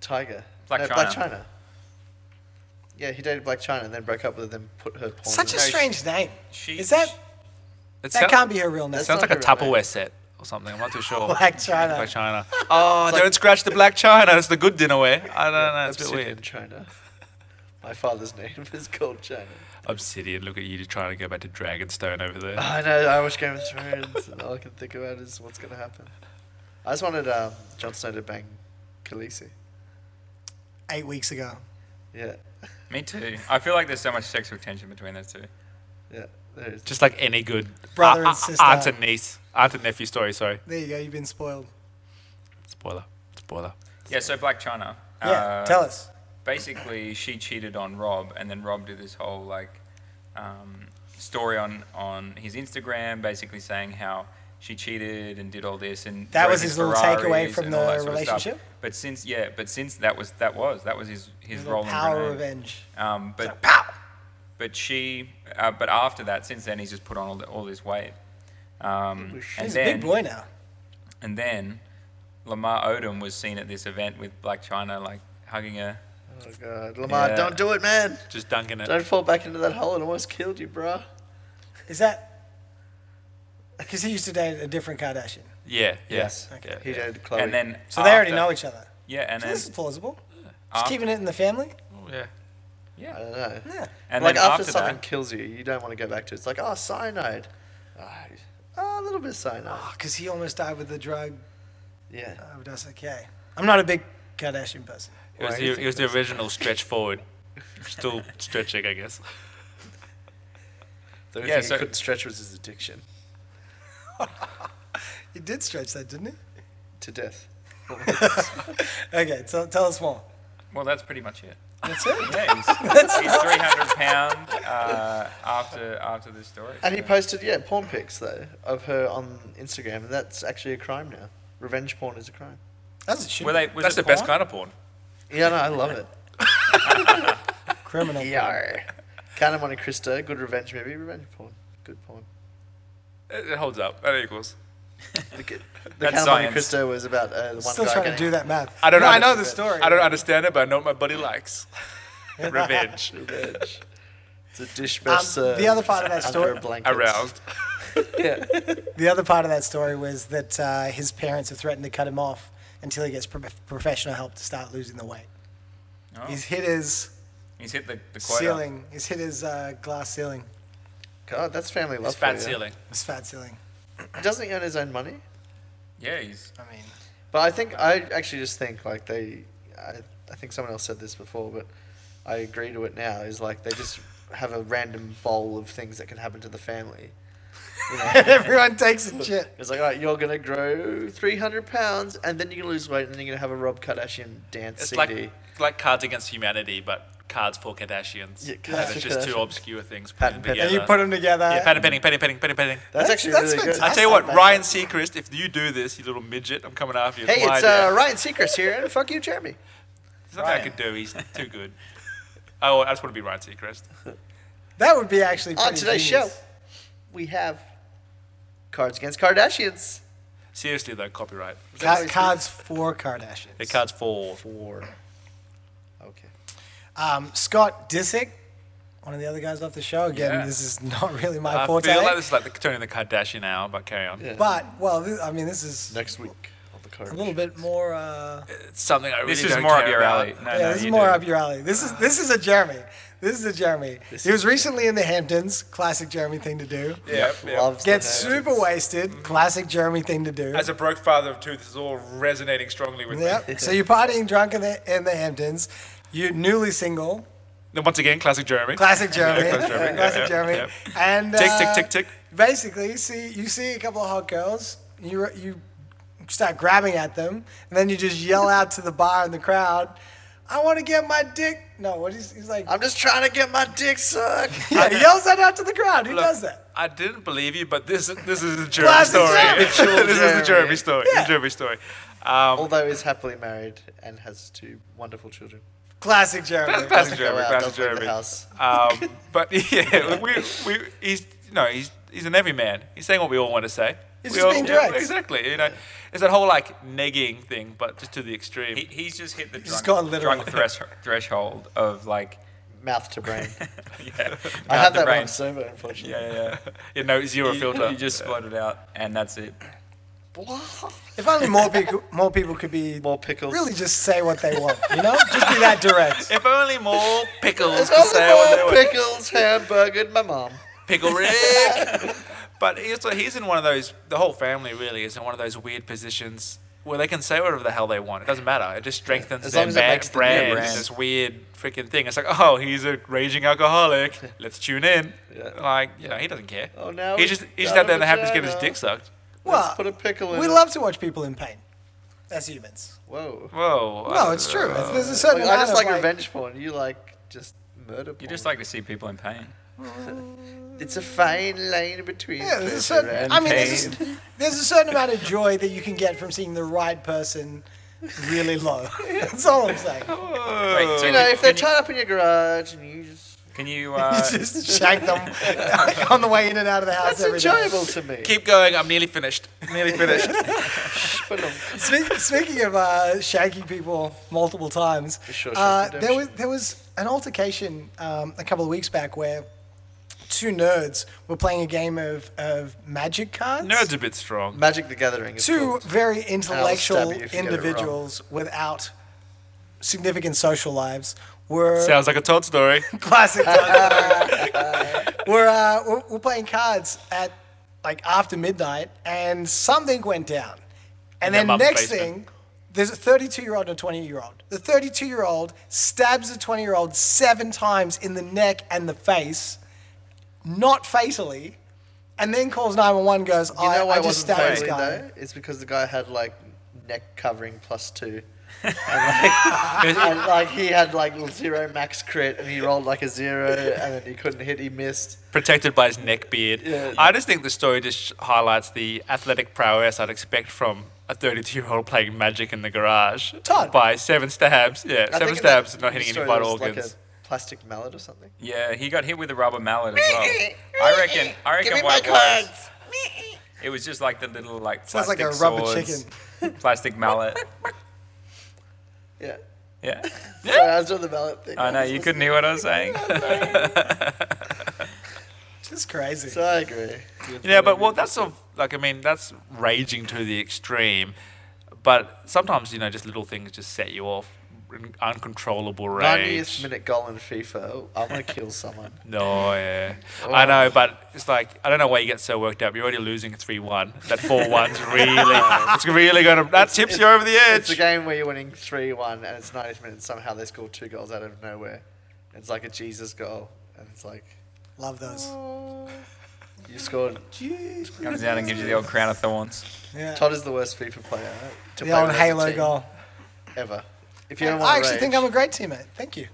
Speaker 2: Tiger.
Speaker 4: Blac
Speaker 2: no, Black
Speaker 4: Chyna.
Speaker 2: China. Yeah, he dated Black China and then broke up with her, then put her porn.
Speaker 1: Such a
Speaker 2: in-
Speaker 1: strange name.
Speaker 4: She-
Speaker 1: Is that
Speaker 3: It
Speaker 1: that can't be her real name?
Speaker 2: That's
Speaker 3: sounds
Speaker 2: not
Speaker 3: like a
Speaker 2: her real name.
Speaker 3: Tupperware set or something. I'm not too sure.
Speaker 1: Black China.
Speaker 3: Black China. Oh, don't scratch the black China. It's the good dinnerware. I don't know. It's a bit
Speaker 2: Obsidian
Speaker 3: weird.
Speaker 2: China. My father's name is called China.
Speaker 3: Obsidian. Look at you just trying to go back to Dragonstone over there.
Speaker 2: I know. I watch Game of Thrones, and all I can think about is what's going to happen. I just wanted um, Jon Snow to bang Khaleesi.
Speaker 1: Eight weeks ago.
Speaker 2: Yeah,
Speaker 4: Me too. I feel like there's so much sexual tension between those two.
Speaker 2: yeah. There is.
Speaker 3: Just like any good
Speaker 1: Brother and
Speaker 3: a- a-
Speaker 1: sister.
Speaker 3: aunt and niece, aunt and nephew story. Sorry,
Speaker 1: There you go. You've been spoiled.
Speaker 3: spoiler, spoiler.
Speaker 4: Yeah, so Black China.
Speaker 1: Yeah.
Speaker 4: uh,
Speaker 1: tell us.
Speaker 4: Basically, she cheated on Rob, and then Rob did this whole like um, story on on his Instagram, basically saying how she cheated and did all this, and
Speaker 1: That
Speaker 4: drove
Speaker 1: was his little
Speaker 4: Ferraris
Speaker 1: takeaway from
Speaker 4: and
Speaker 1: the
Speaker 4: all that sort of stuff.
Speaker 1: relationship?
Speaker 4: But since yeah, but since that was that was that was his his
Speaker 1: The
Speaker 4: role in
Speaker 1: power
Speaker 4: Grenade.
Speaker 1: revenge.
Speaker 4: Um, but But she, uh, but after that, since then he's just put on all, the, all this weight. Um, and
Speaker 1: He's
Speaker 4: then,
Speaker 1: a big boy now.
Speaker 4: and then Lamar Odom was seen at this event with Black China, like hugging her.
Speaker 2: Oh God, Lamar,
Speaker 4: Yeah.
Speaker 2: don't do it, man.
Speaker 3: Just dunking it.
Speaker 2: Don't fall back into that hole. It almost killed you, bruh.
Speaker 1: Is that because he used to date a different Kardashian?
Speaker 3: Yeah, yeah.
Speaker 4: Yes.
Speaker 3: yeah.
Speaker 2: He dated Chloe.
Speaker 4: And then
Speaker 1: So they already
Speaker 4: after-
Speaker 1: know each other.
Speaker 4: Yeah, and
Speaker 1: So
Speaker 4: then
Speaker 1: this is plausible. Just
Speaker 4: after-
Speaker 1: keeping it in the family.
Speaker 3: Oh, yeah.
Speaker 2: I
Speaker 4: yeah,
Speaker 2: don't know.
Speaker 1: Yeah.
Speaker 4: and
Speaker 2: like
Speaker 4: then
Speaker 2: after,
Speaker 4: after,
Speaker 2: something
Speaker 4: that,
Speaker 2: kills you, you don't want to go back to it. It's like, oh, cyanide. Ah, oh, a little bit of cyanide.
Speaker 1: Oh, because he almost died with the drug
Speaker 2: Yeah.
Speaker 1: overdose. Okay. I'm not a big Kardashian person.
Speaker 3: It was
Speaker 2: Why do you
Speaker 3: the, it was
Speaker 2: think
Speaker 3: the original stretch forward. Still stretching, I guess.
Speaker 2: The only
Speaker 4: Yeah,
Speaker 2: thing
Speaker 4: so-
Speaker 2: he couldn't stretch was his addiction
Speaker 1: He did stretch that, didn't he?
Speaker 2: to death.
Speaker 1: Okay, so tell us more.
Speaker 4: well, that's pretty much it.
Speaker 1: That's it.
Speaker 4: Yeah, he's, he's 300 pound uh, after after this story.
Speaker 2: And he
Speaker 4: so-
Speaker 2: posted, yeah, porn pics, though, of her on Instagram, and that's actually a crime now. Revenge porn is a crime.
Speaker 1: That's a shit.
Speaker 4: Were they, was
Speaker 3: That's
Speaker 4: it
Speaker 3: the best
Speaker 4: porn?
Speaker 3: kind of porn.
Speaker 2: Yeah, no, I love it.
Speaker 1: criminal.
Speaker 2: Yar. Count of Monte Cristo, good revenge movie, revenge porn. Good porn.
Speaker 3: It, it holds up. That equals.
Speaker 2: The, ki- the
Speaker 4: That's
Speaker 2: Count of Monte
Speaker 4: science.
Speaker 2: Cristo was about uh, the one
Speaker 1: Still
Speaker 2: guy
Speaker 1: trying
Speaker 2: getting
Speaker 1: to do that math.
Speaker 3: I don't
Speaker 1: No,
Speaker 3: know.
Speaker 1: I know the story.
Speaker 3: I don't understand it, but I know what my body likes. Revenge.
Speaker 2: revenge. It's a dish
Speaker 1: Um,
Speaker 2: best served
Speaker 1: the other part of that
Speaker 2: under
Speaker 1: story.
Speaker 2: a blanket.
Speaker 3: Aroused.
Speaker 2: Yeah.
Speaker 1: The other part of that story was that uh, his parents have threatened to cut him off until he gets pro- professional help to start losing the weight.
Speaker 4: Oh.
Speaker 1: He's hit his
Speaker 4: He's hit the, the quota.
Speaker 1: ceiling. He's hit his uh, glass ceiling.
Speaker 2: God, that's family love.
Speaker 3: It's
Speaker 2: for
Speaker 3: fat
Speaker 2: you.
Speaker 3: ceiling.
Speaker 1: His fat ceiling.
Speaker 2: Doesn't he earn his own money?
Speaker 4: Yeah, he's.
Speaker 1: I mean,
Speaker 2: But I think I actually just think like they, I, I think someone else said this before, but I agree to it now. Is like they just have a random bowl of things that can happen to the family. You know?
Speaker 1: everyone takes a chip.
Speaker 2: it's like, all right, you're gonna grow 300 pounds, and then you're gonna lose weight, and then you're gonna have a Rob Kardashian dance
Speaker 3: It's
Speaker 2: CD.
Speaker 3: like like Cards Against Humanity, but cards for Kardashians.
Speaker 2: Yeah,
Speaker 3: And
Speaker 2: cards for
Speaker 3: it's just two
Speaker 2: Kardashian.
Speaker 3: obscure things put
Speaker 2: Pat
Speaker 3: in
Speaker 2: and Penny.
Speaker 3: together.
Speaker 1: And you put them together.
Speaker 3: yeah, patty petting, petting, petting, petting, petting.
Speaker 2: that's
Speaker 1: That's-
Speaker 2: actually
Speaker 1: that's
Speaker 2: really good.
Speaker 1: fantastic.
Speaker 3: I tell you what,
Speaker 2: That's
Speaker 3: Ryan
Speaker 2: amazing.
Speaker 3: Seacrest, if you do this, you little midget, I'm coming after you.
Speaker 2: Hey,
Speaker 3: my
Speaker 2: it's
Speaker 3: idea.
Speaker 2: uh, Ryan Seacrest here, and fuck you, Jeremy.
Speaker 3: There's nothing I
Speaker 4: Ryan.
Speaker 3: could do. He's too good. Oh, I just want to be Ryan Seacrest.
Speaker 1: That would be actually
Speaker 2: On
Speaker 1: pretty
Speaker 2: Oh, today's show,
Speaker 1: genius.
Speaker 2: we have Cards Against Kardashians.
Speaker 3: Seriously though, copyright.
Speaker 1: Ca- cards for Kardashians.
Speaker 3: The cards for
Speaker 2: Four. Okay.
Speaker 1: Um, Scott Disick, one of the other guys off the show. Again,
Speaker 4: Yeah.
Speaker 1: this is not really my
Speaker 3: I feel
Speaker 1: forte.
Speaker 3: like this is like the turning the Kardashian hour, but carry on.
Speaker 2: Yeah.
Speaker 1: But well, this, I mean, this is
Speaker 2: Next week on the Cards.
Speaker 1: a little bit more. Uh,
Speaker 3: It's something I really
Speaker 4: This is
Speaker 3: don't
Speaker 4: more up
Speaker 3: care
Speaker 4: your
Speaker 3: about.
Speaker 4: alley. No,
Speaker 1: yeah,
Speaker 4: no,
Speaker 1: this
Speaker 4: you
Speaker 1: is more
Speaker 4: do.
Speaker 1: up your alley. This is this is a Jeremy. This is a Jeremy. he was recently in the Hamptons. Classic Jeremy thing to do.
Speaker 3: Yeah, yeah.
Speaker 2: Loves
Speaker 1: Get
Speaker 2: the
Speaker 1: super wasted. Classic Jeremy thing to do.
Speaker 3: As Mm-hmm. a broke father of two, this is all resonating strongly with me.
Speaker 1: Yep. so you're partying drunk in the in the Hamptons. You're newly single.
Speaker 3: Then once again, classic Jeremy.
Speaker 1: Classic Jeremy.
Speaker 3: classic Jeremy.
Speaker 1: Classic
Speaker 3: Yeah,
Speaker 1: Jeremy.
Speaker 3: yeah.
Speaker 1: And
Speaker 3: Tick, tick,
Speaker 1: uh,
Speaker 3: tick, tick.
Speaker 1: Basically, you see you see a couple of hot girls. You you start grabbing at them, and then you just yell out to the bar and the crowd. I want to get my dick. No, what is he's like?
Speaker 2: I'm just trying to get my dick sucked.
Speaker 1: Yeah, he yells that out to the crowd. Who
Speaker 3: Look,
Speaker 1: does that?
Speaker 3: I didn't believe you, but this this is the Jeremy
Speaker 1: Classic
Speaker 3: story.
Speaker 1: Jeremy.
Speaker 3: this is the Jeremy
Speaker 2: Jeremy.
Speaker 3: story.
Speaker 1: Yeah.
Speaker 3: The Jeremy story. Um,
Speaker 2: Although he's happily married and has two wonderful children.
Speaker 1: Classic Jeremy.
Speaker 3: Classic
Speaker 2: Doesn't go
Speaker 3: Jeremy,
Speaker 2: out,
Speaker 3: classic
Speaker 2: doesn't leave the
Speaker 3: Jeremy.
Speaker 2: house.
Speaker 3: um, but yeah, we, we he's you know he's he's an everyman. He's saying what we all want to say.
Speaker 1: He's
Speaker 3: We
Speaker 1: just
Speaker 3: all-
Speaker 1: being
Speaker 3: yeah,
Speaker 1: direct.
Speaker 3: exactly. You know, it's that whole like negging thing, but just to the extreme.
Speaker 4: He, he's just hit the
Speaker 1: He's
Speaker 4: drunk,
Speaker 1: gone literal.
Speaker 4: drunk thresh, threshold of like.
Speaker 2: Mouth to brain.
Speaker 4: Yeah,
Speaker 2: I have
Speaker 4: the
Speaker 2: that
Speaker 4: brain.
Speaker 2: one I'm sober, unfortunately.
Speaker 4: Yeah, yeah. yeah.
Speaker 3: you know, zero
Speaker 4: you,
Speaker 3: filter.
Speaker 4: You just spot it out, and that's it.
Speaker 1: If only more people more people could be
Speaker 2: More pickles.
Speaker 1: really just say what they want. You know, just be that direct.
Speaker 3: if only more pickles
Speaker 2: There's
Speaker 3: could say
Speaker 2: only
Speaker 3: what
Speaker 2: more
Speaker 3: they were.
Speaker 2: pickles, hamburger, and my mom.
Speaker 3: Pickle Rick. but he's, he's in one of those. The whole family really is in one of those weird positions where they can say whatever the hell they want. It doesn't matter. It just strengthens
Speaker 2: As
Speaker 3: their
Speaker 2: long as it
Speaker 3: bag
Speaker 2: makes the-
Speaker 3: brand.
Speaker 4: yeah,
Speaker 3: in
Speaker 4: brand.
Speaker 3: This weird freaking thing. It's like, oh, he's a raging alcoholic. Let's tune in.
Speaker 2: Yeah.
Speaker 3: Like, you know, he doesn't care.
Speaker 2: Oh, now
Speaker 3: he
Speaker 2: he's
Speaker 3: just he's just
Speaker 2: got
Speaker 3: out
Speaker 2: a
Speaker 3: there and happens to get his
Speaker 2: vagina.
Speaker 3: dick sucked.
Speaker 1: Well,
Speaker 2: Put a pickle in
Speaker 1: we
Speaker 2: it.
Speaker 1: love to watch people in pain, as humans.
Speaker 2: Whoa.
Speaker 3: Whoa.
Speaker 1: No, it's true. It's, there's a certain
Speaker 2: Like, uh, I
Speaker 1: amount
Speaker 2: just
Speaker 1: of,
Speaker 2: like revenge porn. You like just murder porn.
Speaker 4: You just like to see people in pain.
Speaker 2: It's a fine line between.
Speaker 1: Yeah, there's a
Speaker 2: pleasure
Speaker 1: certain.
Speaker 2: and
Speaker 1: I mean, there's
Speaker 2: pain.
Speaker 1: a, there's a certain amount of joy that you can get from seeing the right person really low. That's all I'm saying.
Speaker 3: Uh,
Speaker 4: Wait, so
Speaker 2: You know,
Speaker 4: can,
Speaker 2: if they're
Speaker 4: can
Speaker 2: tied up in your garage and you just.
Speaker 4: you, can you uh,
Speaker 1: Just shank them like, on the way in and out of the house
Speaker 2: That's
Speaker 1: every day.
Speaker 2: enjoyable to me.
Speaker 3: Keep going. I'm nearly finished. Nearly finished.
Speaker 2: Spelunk.
Speaker 1: Spe- Speaking of uh, shanking people multiple times,
Speaker 2: Sure, sure,
Speaker 1: uh, there
Speaker 2: redemption.
Speaker 1: was there was an altercation um, a couple of weeks back where two nerds were playing a game of, of magic cards.
Speaker 3: Nerd's a bit strong.
Speaker 2: Magic the Gathering. Is
Speaker 1: two
Speaker 2: called.
Speaker 1: very
Speaker 2: I'll
Speaker 1: intellectual
Speaker 2: stab you if you get it wrong.
Speaker 1: individuals without significant social lives were
Speaker 3: Sounds like a Todd story.
Speaker 1: classic. Dungeon. we're, uh, we're we're playing cards at like after midnight, and something went down.
Speaker 3: In
Speaker 1: And
Speaker 3: their
Speaker 1: then
Speaker 3: mum's
Speaker 1: next
Speaker 3: basement.
Speaker 1: thing, there's a 32 year old and a 20 year old. The 32 year old stabs the 20 year old seven times in the neck and the face, not fatally, and then calls 911. Goes,
Speaker 2: You
Speaker 1: I,
Speaker 2: know
Speaker 1: I
Speaker 2: why it
Speaker 1: just
Speaker 2: wasn't
Speaker 1: stabbed this
Speaker 2: family
Speaker 1: guy.
Speaker 2: though? It's because the guy had like neck covering plus two.
Speaker 3: Is it-
Speaker 2: and like he had like zero max crit and he rolled like a zero and then he couldn't hit, he missed.
Speaker 3: protected by his neck beard.
Speaker 2: Yeah.
Speaker 3: I just think the story just highlights the athletic prowess I'd expect from a 32-year-old playing magic in the garage.
Speaker 1: Todd.
Speaker 3: By seven stabs. Yeah,
Speaker 2: I
Speaker 3: seven
Speaker 2: think in that
Speaker 3: stabs, not hitting
Speaker 2: story
Speaker 3: any vital
Speaker 2: there was, like,
Speaker 3: organs.
Speaker 2: a plastic mallet or something.
Speaker 4: Yeah, he got hit with a rubber mallet as well. I reckon. I reckon
Speaker 2: Give me my
Speaker 4: what it was,
Speaker 2: cards.
Speaker 4: it was just like the little like
Speaker 1: Sounds like
Speaker 4: plastic
Speaker 1: a rubber
Speaker 4: swords, plastic mallet.
Speaker 2: Yeah.
Speaker 4: Yeah,
Speaker 2: Sorry, I was doing the mallet thing.
Speaker 4: I know
Speaker 2: was
Speaker 4: you couldn't
Speaker 2: listening.
Speaker 4: hear what I was saying.
Speaker 1: Just crazy.
Speaker 2: So I agree.
Speaker 3: Yeah, but well, that's sort of like I mean, that's raging to the extreme. But sometimes you know, just little things just set you off. uncontrollable rage.
Speaker 2: Ninetieth minute goal in FIFA. I'm gonna kill someone.
Speaker 3: No, yeah. I know, but it's like I don't know why you get so worked up. You're already losing three one. That four one's really it's really gonna that tips you over the
Speaker 2: It's a
Speaker 3: edge.
Speaker 2: game where you're winning three one, and it's 90th minute. And somehow they score two goals out of nowhere. It's like a Jesus goal, and it's like
Speaker 1: Love those.
Speaker 2: Oh, you scored.
Speaker 4: Comes out and gives you the old crown of thorns.
Speaker 1: Yeah.
Speaker 2: Todd is the worst FIFA player to
Speaker 1: The
Speaker 2: play
Speaker 1: old
Speaker 2: with as a
Speaker 1: Halo
Speaker 2: team
Speaker 1: goal.
Speaker 2: ever. If you ever want
Speaker 1: I actually think I'm a
Speaker 2: a
Speaker 1: great teammate. Thank you.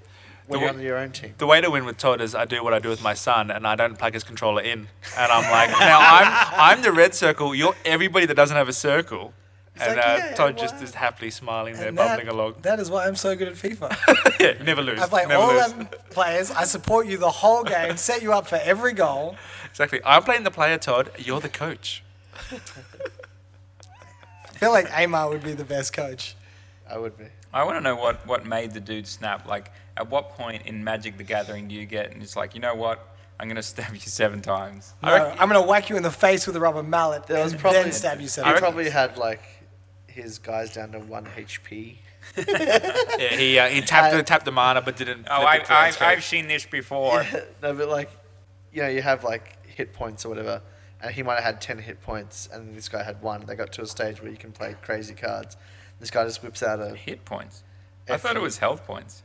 Speaker 2: when
Speaker 3: The
Speaker 2: you're
Speaker 3: wo-
Speaker 2: on your own team.
Speaker 3: The way to win with Todd is I do what I do with my son, and I don't plug his controller in. And I'm like, now I'm I'm the red circle. You're everybody that doesn't have a circle. and
Speaker 2: like,
Speaker 3: uh,
Speaker 2: "Yeah,
Speaker 3: Todd just
Speaker 2: wow."
Speaker 3: is happily smiling there,
Speaker 1: And
Speaker 3: bubbling
Speaker 1: that-
Speaker 3: along.
Speaker 1: that is why I'm so good at FIFA.
Speaker 3: yeah, you never lose.
Speaker 1: I play
Speaker 3: never
Speaker 1: all
Speaker 3: lose.
Speaker 1: them players. I support you the whole game. Set you up for every goal.
Speaker 3: Exactly. I'm playing the player, Todd. You're the coach.
Speaker 1: I feel like Amar would be the best coach.
Speaker 2: I would be.
Speaker 4: I want to know what, what made the dude snap. Like, at what point in Magic the Gathering do you get, and it's like, you know what? I'm going to stab you seven times.
Speaker 1: No, I'm gonna whack you in the face with a rubber mallet
Speaker 2: There was
Speaker 1: and
Speaker 2: probably
Speaker 1: then stab you. seven
Speaker 2: He
Speaker 1: times.
Speaker 2: probably had like his guys down to one HP.
Speaker 3: Yeah, he uh, he tapped
Speaker 2: I-
Speaker 3: the tapped the mana, but didn't.
Speaker 4: Oh,
Speaker 3: flip
Speaker 4: I,
Speaker 3: it to
Speaker 4: I've,
Speaker 3: his coach.
Speaker 4: I've seen this before.
Speaker 2: no, but like, you know, you have like hit points or whatever, and he might have had ten hit points, and this guy had one. They got to a stage where you can play crazy cards. This guy just whips out a
Speaker 4: Hit points. I
Speaker 2: F
Speaker 4: thought it
Speaker 2: you.
Speaker 4: was health points.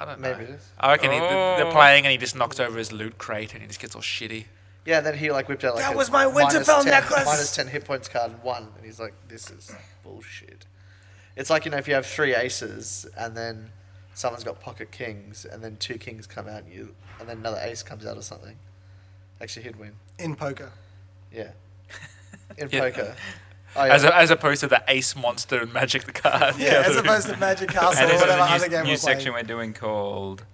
Speaker 3: I
Speaker 1: Uh-uh.
Speaker 3: don't know.
Speaker 2: maybe. It is.
Speaker 3: I reckon he, the- they're
Speaker 4: Oh.
Speaker 3: playing and he just knocks over his loot crate and he just gets all shitty.
Speaker 2: Yeah, then he like whipped out like
Speaker 1: That
Speaker 2: a
Speaker 1: was my
Speaker 2: minus
Speaker 1: Winterfell
Speaker 2: 10
Speaker 1: necklace!
Speaker 2: minus ten hit points card and one, and he's like, "This is bullshit." It's like you know if you have three aces and then someone's got pocket kings and then two kings come out and you and then another ace comes out or something. Actually, he'd win.
Speaker 1: in poker.
Speaker 2: Yeah. In
Speaker 3: Yeah.
Speaker 2: poker. Oh, yeah.
Speaker 3: As, a, as opposed to the ace monster and magic the card.
Speaker 1: Yeah, as opposed to Magic Castle
Speaker 4: And
Speaker 1: or
Speaker 4: this is
Speaker 1: whatever
Speaker 4: a
Speaker 1: other
Speaker 4: new,
Speaker 1: game
Speaker 4: new
Speaker 1: we're playing.
Speaker 4: section we're doing called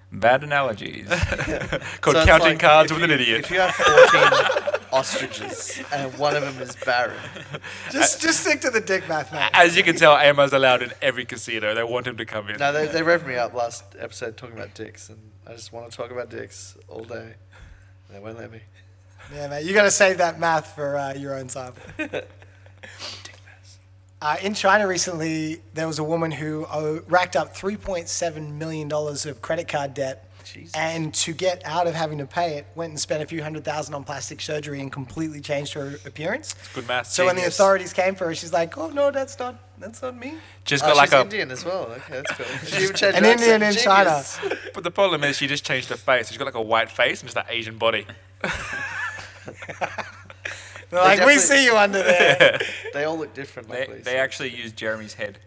Speaker 4: Bad Analogies.
Speaker 3: called
Speaker 2: So it's
Speaker 3: counting
Speaker 2: like
Speaker 3: cards
Speaker 2: if
Speaker 3: with an
Speaker 2: you-
Speaker 3: idiot.
Speaker 2: If you have fourteen ostriches and one of them is barren,
Speaker 1: Just, just stick to the dick math, mate.
Speaker 3: As you can tell, Ammo's allowed in every casino. They want him to come in.
Speaker 2: no, they they revved me up last episode talking about dicks, and I just want to talk about dicks all day. And They won't let me.
Speaker 1: Yeah, mate, you got to save that math for uh, your own time. Uh, in China recently, there was a woman who uh, racked up $3.7 million of credit card debt.
Speaker 2: Jesus.
Speaker 1: And to get out of having to pay it, went and spent a few hundred thousand on plastic surgery and completely changed her appearance.
Speaker 3: Good math.
Speaker 1: So when the
Speaker 3: genius.
Speaker 1: authorities came for her, she's like, "Oh no, that's not that's not me."
Speaker 3: just
Speaker 2: Oh,
Speaker 3: got like
Speaker 2: she's
Speaker 3: a.
Speaker 2: Indian as well. Okay, that's cool. She even changed
Speaker 1: An
Speaker 2: her
Speaker 1: Indian in
Speaker 2: accent.
Speaker 1: China.
Speaker 2: Genius.
Speaker 3: But the problem is, she just changed her face. She's got like a white face and just that Asian body.
Speaker 1: They're like, "We
Speaker 2: definitely-
Speaker 1: see you under there."
Speaker 2: They all look different.
Speaker 4: they,
Speaker 2: Like
Speaker 4: they actually used Jeremy's head.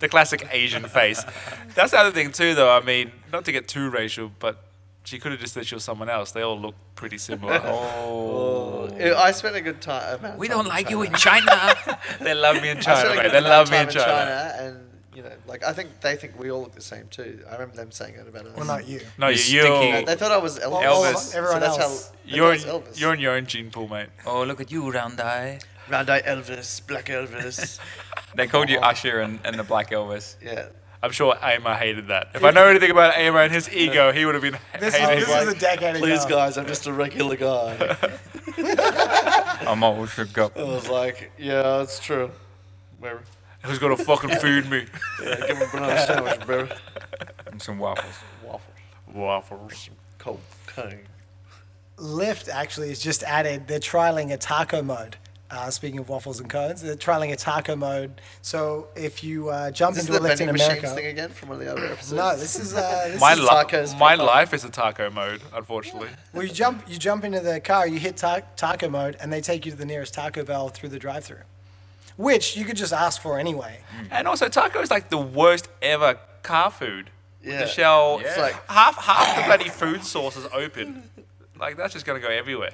Speaker 3: the classic Asian face. That's the other thing too, though. I mean, not to get too racial, but she could have just said she was someone else. They all look pretty similar.
Speaker 4: Oh.
Speaker 2: I spent a good time. amount of
Speaker 3: we
Speaker 2: time
Speaker 3: don't like
Speaker 2: China.
Speaker 3: you in China. they love me in
Speaker 2: I spent
Speaker 3: China,
Speaker 2: a
Speaker 3: mate.
Speaker 2: good
Speaker 3: They
Speaker 2: amount
Speaker 3: love
Speaker 2: of
Speaker 3: me in
Speaker 2: time
Speaker 3: China.
Speaker 2: And you know, like I think they think we all look the same too. I remember them saying that about us.
Speaker 1: well, not you.
Speaker 3: No,
Speaker 4: You
Speaker 3: you,
Speaker 2: Uh,
Speaker 3: you're,
Speaker 2: They thought I was Elvis.
Speaker 4: Elvis.
Speaker 2: So
Speaker 1: Everyone
Speaker 2: that's
Speaker 1: else.
Speaker 2: How, they
Speaker 3: you're, in,
Speaker 2: thought I was Elvis.
Speaker 3: you're in your own gene pool, mate.
Speaker 4: Oh, look at you, round eye.
Speaker 2: round eye Elvis, black Elvis.
Speaker 4: They called you Usher and, and the Black Elvis.
Speaker 2: yeah.
Speaker 3: I'm sure Amar hated that. If I know anything about Amar and his ego, he would have been
Speaker 1: This,
Speaker 3: hating
Speaker 1: this is
Speaker 3: it.
Speaker 1: a decade ago.
Speaker 2: Please, guys, I'm just a regular guy.
Speaker 4: I'm old for
Speaker 2: I was like, yeah, that's true. Where?
Speaker 3: Who's gonna fucking food me?
Speaker 2: Yeah, give him a banana sandwich, bro.
Speaker 4: and some waffles.
Speaker 2: Waffle.
Speaker 3: Waffles.
Speaker 2: Cold cane.
Speaker 1: Lyft actually has just added they're trialing a taco mode. Uh, speaking of waffles and cones, they're trialing a taco mode. So if you uh, jump
Speaker 2: Is
Speaker 1: into
Speaker 2: this
Speaker 1: a
Speaker 2: the
Speaker 1: Lyft in
Speaker 2: vending machines thing
Speaker 1: America,
Speaker 2: again from one of the other episodes?
Speaker 1: no, this is uh, this
Speaker 3: My,
Speaker 1: is,
Speaker 2: is
Speaker 3: li-
Speaker 2: tacos
Speaker 3: my
Speaker 2: for fun.
Speaker 3: life is a taco mode, unfortunately.
Speaker 1: well, you jump you jump into the car, you hit ta- taco mode, and they take you to the nearest Taco Bell through the drive-through, which you could just ask for anyway.
Speaker 3: Mm. And also, taco is like the worst ever car food. With
Speaker 2: Yeah.
Speaker 3: The shell,
Speaker 4: It's
Speaker 3: it's
Speaker 2: like-
Speaker 3: like half half the bloody food source is open. Like that's just gonna go everywhere.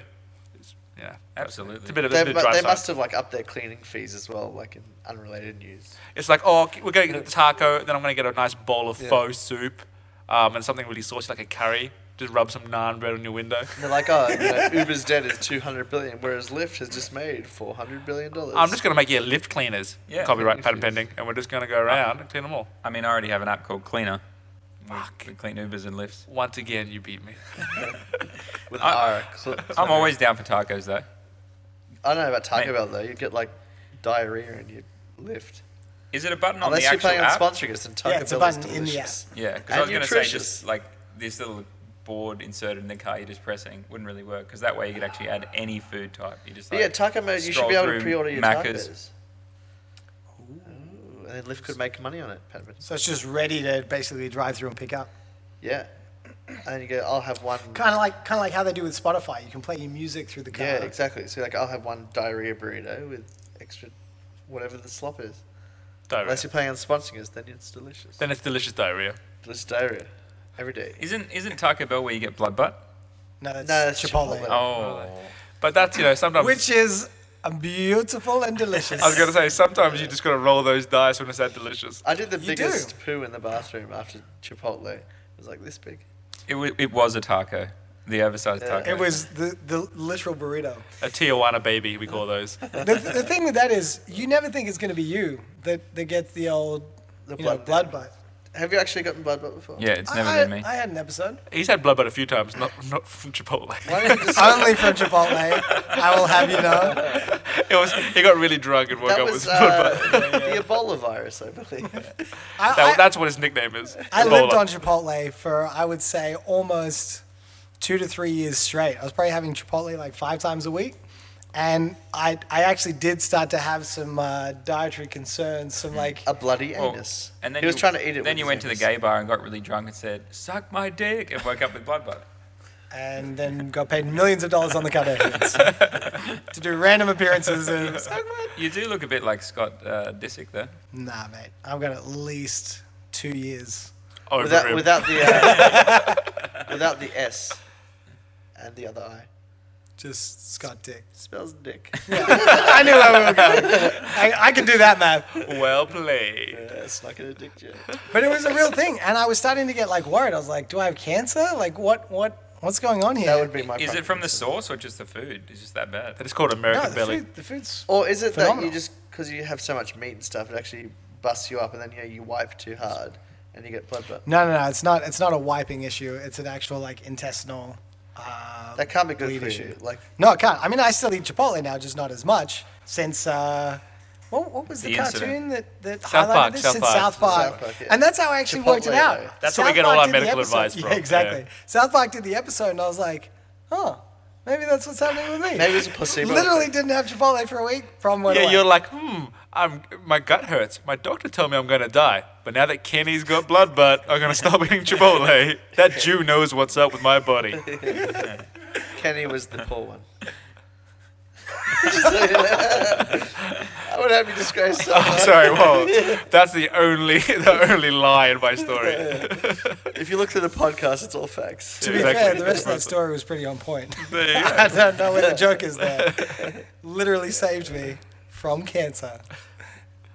Speaker 3: It's, yeah,
Speaker 4: Absolutely.
Speaker 3: It's a bit of it's
Speaker 2: They,
Speaker 3: a bit
Speaker 2: mu-
Speaker 3: dry
Speaker 2: they
Speaker 3: side.
Speaker 2: must have like upped their cleaning fees as well, like in unrelated news.
Speaker 3: It's like oh, c- we're gonna get a taco, then I'm gonna get a nice bowl of
Speaker 2: Yeah.
Speaker 3: faux soup, um, and something really saucy like a curry. Just rub some naan bread on your window.
Speaker 2: And they're like, oh, you know, Uber's debt is 200 billion, whereas Lyft has just made 400 billion dollars.
Speaker 3: I'm just gonna make you lift cleaners.
Speaker 4: Yeah.
Speaker 3: Copyright patent pending, and we're just gonna go around and clean them all.
Speaker 4: I mean, I already have an app called Cleaner. We-
Speaker 3: Fuck.
Speaker 4: We clean Ubers and Lyfts.
Speaker 3: Once again, you beat me.
Speaker 2: with
Speaker 4: I-
Speaker 2: our Ah, cl-
Speaker 4: I'm always down for tacos, though.
Speaker 2: I don't know about Taco
Speaker 4: Mate.
Speaker 2: Bell though. You'd get like diarrhea in your lift.
Speaker 4: Is it a button on
Speaker 2: Unless
Speaker 4: the
Speaker 2: you're
Speaker 4: actual
Speaker 2: planning
Speaker 4: app?
Speaker 2: on sponsoring us, then Taco
Speaker 1: Yeah, it's a
Speaker 2: Bell is
Speaker 1: button in the app.
Speaker 2: delicious.
Speaker 4: yeah, because
Speaker 2: And
Speaker 4: I was going to say
Speaker 2: nutritious.
Speaker 4: just like this little board inserted in the car you're just pressing wouldn't really work because that way you could actually add any food type. You just
Speaker 2: But
Speaker 4: like,
Speaker 2: yeah, Taco Bell, you should
Speaker 4: scroll
Speaker 2: be able to
Speaker 4: through
Speaker 2: pre-order your
Speaker 4: Macca's.
Speaker 2: tacos. Ooh, and then Lyft could make money on it, Pat. Robertson.
Speaker 1: So it's just ready to basically drive through and pick up.
Speaker 2: Yeah. And you go, I'll have one.
Speaker 1: Kind of like kind of like how they do with Spotify. You can play your music through the car.
Speaker 2: Yeah, exactly. So like, I'll have one diarrhea burrito with extra, whatever the slop is.
Speaker 3: Diarrhea.
Speaker 2: Unless you're playing on sponsoring us, then it's delicious.
Speaker 3: Then it's delicious diarrhea.
Speaker 2: Delicious diarrhea, every day.
Speaker 4: Isn't isn't Taco Bell where you get blood butt?
Speaker 1: No, that's,
Speaker 2: No, that's
Speaker 1: Chipotle.
Speaker 2: Chipotle.
Speaker 4: Oh,
Speaker 3: But that's you know sometimes.
Speaker 1: Which is beautiful and delicious.
Speaker 3: I was gonna say sometimes you just gotta roll those dice when it's that delicious.
Speaker 2: I did the
Speaker 1: You
Speaker 2: biggest poo in the bathroom after Chipotle. It was like this big.
Speaker 4: it, w- it was a taco, the oversized
Speaker 2: Yeah.
Speaker 4: taco.
Speaker 1: It was the, the literal burrito.
Speaker 3: A Tijuana baby, we call those.
Speaker 1: The, the thing with that is, you never think it's going to be you that, that gets the old
Speaker 2: The
Speaker 1: you know,
Speaker 2: blood
Speaker 1: blood butt.
Speaker 2: Have you actually gotten blood butt before?
Speaker 4: Yeah, it's never
Speaker 1: I,
Speaker 4: been me.
Speaker 1: I had an episode.
Speaker 3: He's had blood, but a few times, not not from Chipotle.
Speaker 2: Why don't you just-
Speaker 1: Only from Chipotle. I will have you know.
Speaker 3: It was he got really drunk and woke
Speaker 2: that
Speaker 3: up
Speaker 2: was
Speaker 3: with blood.
Speaker 2: uh,
Speaker 3: but-
Speaker 2: the Ebola virus, I believe.
Speaker 1: I,
Speaker 3: That,
Speaker 1: I,
Speaker 3: that's what his nickname is.
Speaker 1: I
Speaker 3: Ebola.
Speaker 1: lived on Chipotle for, I would say, almost two to three years straight. I was probably having Chipotle like five times a week. And I, I actually did start to have some uh, dietary concerns, some like
Speaker 2: A bloody
Speaker 4: Well,
Speaker 2: anus.
Speaker 4: and then
Speaker 2: he was
Speaker 4: you,
Speaker 2: trying to eat it.
Speaker 4: Then
Speaker 2: with
Speaker 4: you
Speaker 2: his
Speaker 4: went to the
Speaker 2: anus.
Speaker 4: gay bar and got really drunk and said, "Suck my dick," and woke up with blood butt.
Speaker 1: and then got paid millions of dollars on the Kardashians to do random appearances. Of,
Speaker 4: You do look a bit like Scott uh, Disick, though.
Speaker 1: nah, mate, I've got at least two years.
Speaker 3: Over
Speaker 2: without
Speaker 3: him.
Speaker 2: without the uh, without the S and the other I.
Speaker 1: Just Scott Dick.
Speaker 2: Spells dick.
Speaker 1: I knew where we were going. I, I can do that math.
Speaker 3: well played.
Speaker 2: Yeah, snuck in a dick joke.
Speaker 1: But it was a real thing, and I was starting to get like worried. I was like, "Do I have cancer? Like, what, what, what's going on here?"
Speaker 2: That would be my.
Speaker 4: Is it from the
Speaker 2: preference.
Speaker 4: sauce or just the food? It's just that bad.
Speaker 3: That is called American
Speaker 1: no, the,
Speaker 3: Belly.
Speaker 1: food, the food's
Speaker 2: Or is it that
Speaker 1: Phenomenal.
Speaker 2: you just because you have so much meat and stuff, it actually busts you up, and then you know, you wipe too hard, and you get blood butt.
Speaker 1: no, no, no. It's not. It's not a wiping issue. It's an actual like intestinal. Uh,
Speaker 2: That can't be good
Speaker 1: bleed
Speaker 2: for
Speaker 1: issue.
Speaker 2: you. Like
Speaker 1: No, I can't. I mean, I still eat Chipotle now, just not as much since. Uh, what, what was the,
Speaker 4: The incident.
Speaker 1: cartoon that, that
Speaker 3: South
Speaker 1: highlighted
Speaker 3: Park,
Speaker 1: this?
Speaker 3: South
Speaker 1: since
Speaker 3: Park.
Speaker 1: South Park.
Speaker 2: South Park, yeah.
Speaker 1: And that's how I actually worked it
Speaker 2: Chipotle,
Speaker 1: out.
Speaker 2: though.
Speaker 3: That's
Speaker 1: South
Speaker 3: where we get all
Speaker 1: Park
Speaker 3: our
Speaker 1: did the
Speaker 3: medical
Speaker 1: episode.
Speaker 3: advice from,
Speaker 1: Yeah, exactly.
Speaker 3: yeah.
Speaker 1: South Park did the episode, and I was like, oh, maybe that's what's happening with me.
Speaker 2: maybe it's a placebo.
Speaker 1: Literally
Speaker 2: effect.
Speaker 1: didn't have Chipotle for a week. From when
Speaker 3: Yeah, you're like, hmm, I'm, my gut hurts. My doctor told me I'm going to die. But now that Kenny's got blood butt, I'm going to stop eating Chipotle. That Jew knows what's up with my body.
Speaker 2: Kenny was the poor one. I would have you disgrace.
Speaker 3: I'm sorry, whoa. That's the only, the only lie in my story.
Speaker 2: If you look through the podcast, it's all facts.
Speaker 1: to be
Speaker 3: Exactly.
Speaker 1: fair, the rest of that story was pretty on point.
Speaker 3: There you go.
Speaker 1: I don't know where the joke is there. Literally saved me from cancer.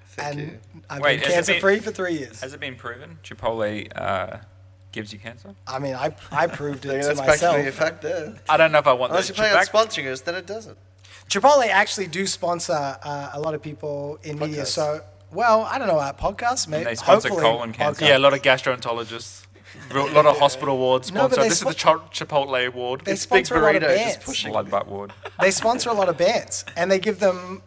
Speaker 2: Thank
Speaker 1: and
Speaker 2: you.
Speaker 1: I've
Speaker 4: Wait,
Speaker 1: been
Speaker 4: has it
Speaker 1: cancer
Speaker 4: been-
Speaker 1: free for three years.
Speaker 4: Has it been proven Chipotle uh, gives you cancer?
Speaker 1: I mean, I, I proved it
Speaker 2: Yeah,
Speaker 1: to
Speaker 2: that's practically a
Speaker 1: myself.
Speaker 2: fact there.
Speaker 3: I don't know if I want
Speaker 2: Unless
Speaker 3: that.
Speaker 2: you're playing on sponsoring us, then it doesn't.
Speaker 1: Chipotle actually do sponsor uh, a lot of people in media.
Speaker 2: Podcasts.
Speaker 1: So, well, I don't know about podcasts, maybe.
Speaker 4: they sponsor
Speaker 1: hopefully,
Speaker 4: colon cancer.
Speaker 1: podcasts.
Speaker 3: yeah, a lot of gastroenterologists, a lot of hospital wards
Speaker 1: No, but
Speaker 3: sponsor.
Speaker 1: they
Speaker 3: this is the Chip- Chipotle ward.
Speaker 1: They
Speaker 2: big
Speaker 1: sponsor a lot of
Speaker 2: burrito, just
Speaker 1: bands.
Speaker 2: push it.
Speaker 4: Blood butt ward.
Speaker 1: They sponsor a lot of bands, and they give them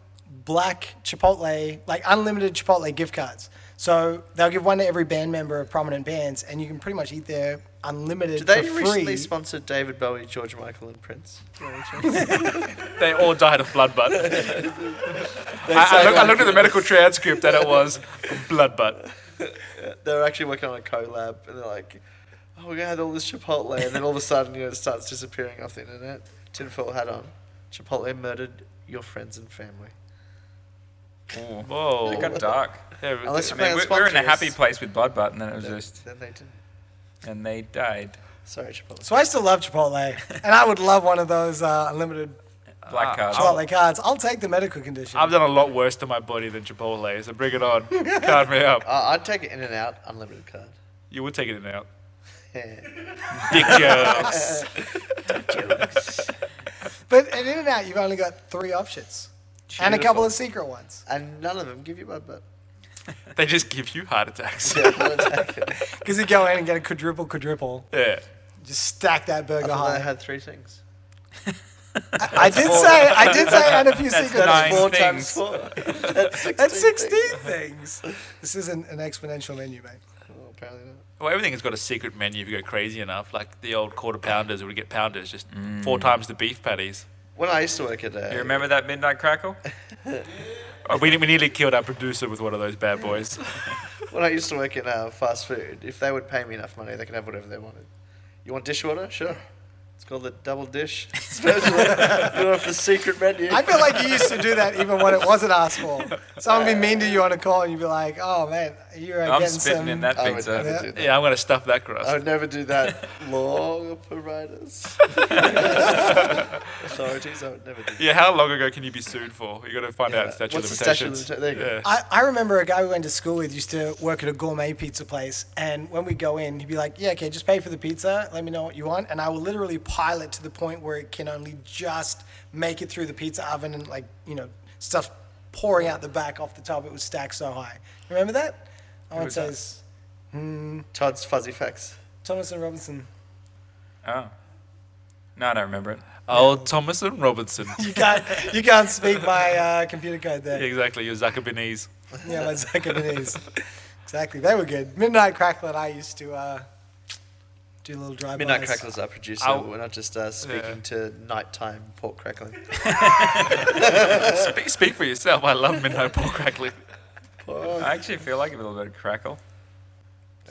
Speaker 1: black Chipotle, like unlimited Chipotle gift cards. So they'll give one to every band member of prominent bands, and you can pretty much eat there unlimited
Speaker 2: Did they
Speaker 1: for free.
Speaker 2: recently sponsor David Bowie, George Michael, and Prince?
Speaker 3: They all died of blood butt. I, I,
Speaker 2: say
Speaker 3: look, I
Speaker 2: like-
Speaker 3: looked at the medical transcript and it was blood butt.
Speaker 2: They were actually working on a collab, and they're like, "Oh, we're gonna have all this Chipotle," and then all of a sudden, you know, it starts disappearing off the internet. Tinfoil hat on. Chipotle murdered your friends and family.
Speaker 4: Ooh.
Speaker 3: Whoa.
Speaker 4: It got dark.
Speaker 3: Yeah,
Speaker 2: Unless
Speaker 4: I
Speaker 2: you're
Speaker 4: mean,
Speaker 2: playing on
Speaker 4: we, we were in a
Speaker 2: sponsoring
Speaker 4: happy
Speaker 2: us.
Speaker 4: place with blood butt, and then it was
Speaker 2: Then-
Speaker 4: just,
Speaker 2: Then they didn't.
Speaker 4: and they died.
Speaker 2: Sorry, Chipotle.
Speaker 1: so I still love Chipotle, and I would love one of those uh, unlimited
Speaker 4: Black
Speaker 3: Ah,
Speaker 4: card.
Speaker 1: Chipotle cards. I'll take the medical condition.
Speaker 3: I've done a lot worse to my body than Chipotle, so bring it on. Card me up.
Speaker 2: Uh, I'd take an In and Out unlimited card.
Speaker 3: You would take it in and out.
Speaker 2: Yeah.
Speaker 3: Dick jokes.
Speaker 1: But at In and Out, you've only got three options and a couple of secret ones.
Speaker 2: And none of them give you blood, but
Speaker 3: They just give you heart attacks.
Speaker 2: yeah, I'll take it.
Speaker 1: Because you go in and get a quadruple, quadruple,
Speaker 3: Yeah.
Speaker 1: just stack that
Speaker 2: I
Speaker 1: burger
Speaker 2: thought
Speaker 1: high.
Speaker 2: I had three things.
Speaker 1: I, I did say I did say and a few
Speaker 4: That's
Speaker 1: secrets.
Speaker 4: nine
Speaker 2: That's four
Speaker 4: things.
Speaker 2: times four. That's 16.
Speaker 1: That's sixteen things. This isn't an exponential menu, mate.
Speaker 2: Oh, apparently not.
Speaker 3: Well, everything's got a secret menu if you go crazy enough. Like the old quarter pounders would get pounders, just four
Speaker 2: Mm.
Speaker 3: times the beef patties.
Speaker 2: When I used to work at uh,
Speaker 4: You remember that midnight crackle?
Speaker 3: Oh, we, we nearly killed our producer with one of those bad boys.
Speaker 2: when I used to work in uh, fast food, if they would pay me enough money, they could have whatever they wanted. You want dishwater? Sure. It's called the double dish special. You're off the secret menu.
Speaker 1: I feel like you used to do that even when it wasn't asked for. Someone would be mean to you on a call and you'd be like, "Oh man, you're
Speaker 4: I'm
Speaker 1: getting
Speaker 4: spitting
Speaker 1: some."
Speaker 4: in that
Speaker 2: I would
Speaker 4: pizza.
Speaker 2: never
Speaker 1: Yeah.
Speaker 2: do that.
Speaker 3: yeah, I'm gonna stuff that crust.
Speaker 2: I would never do that. Law operators. Authorities, I would never do that.
Speaker 3: yeah, how long ago can you be sued for? You got to find
Speaker 2: Yeah.
Speaker 3: out the statute of
Speaker 2: What's the statute of
Speaker 3: limitations.
Speaker 2: limita- there you go.
Speaker 3: yeah.
Speaker 1: I, I remember a guy we went to school with used to work at a gourmet pizza place. And when we go in, he'd be like, Yeah, okay, just pay for the pizza. Let me know what you want. And I will literally pile it to the point where it can only just make it through the pizza oven and, like, you know, stuff pouring out the back off the top. It was stacked so high. Remember that? I want to
Speaker 4: was
Speaker 1: say
Speaker 4: that?
Speaker 1: it's
Speaker 2: Todd's fuzzy facts.
Speaker 1: Thomas and Robinson.
Speaker 4: Oh. No, I don't remember it.
Speaker 3: Old Thomas and Robinson.
Speaker 1: You can't, you can't speak my uh, computer code there.
Speaker 3: exactly, you're Zuckerbinese.
Speaker 1: Yeah, my Zuckerberg Exactly. They were good. Midnight Crackle and I used to uh, do a little drive
Speaker 2: Midnight Crackles are producer.
Speaker 3: I'll-
Speaker 2: We're not just uh, speaking
Speaker 3: Yeah.
Speaker 2: to nighttime pork crackling.
Speaker 3: speak, speak for yourself. I love midnight pork crackling.
Speaker 2: Oh.
Speaker 4: I actually feel like a little bit of crackle.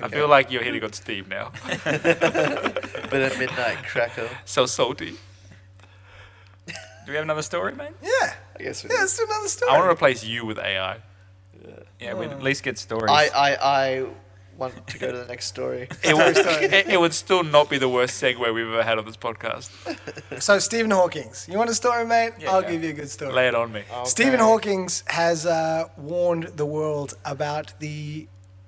Speaker 3: I feel like you're hitting on Steve now.
Speaker 2: But a midnight crackle.
Speaker 3: So salty.
Speaker 4: Do we have another story, mate?
Speaker 1: Yeah.
Speaker 2: I guess we
Speaker 1: Yeah, it's another story.
Speaker 3: I want to replace you with AI.
Speaker 4: Yeah, we at least get stories.
Speaker 2: I, I, I want to go to the next story.
Speaker 3: It would, it, it would still not be the worst segue we've ever had on this podcast.
Speaker 1: so, Stephen Hawking's. You want a story, mate?
Speaker 4: Yeah,
Speaker 1: I'll
Speaker 4: yeah.
Speaker 1: give you a good story.
Speaker 3: Lay it on me.
Speaker 1: Stephen Hawking's has uh, warned the world about the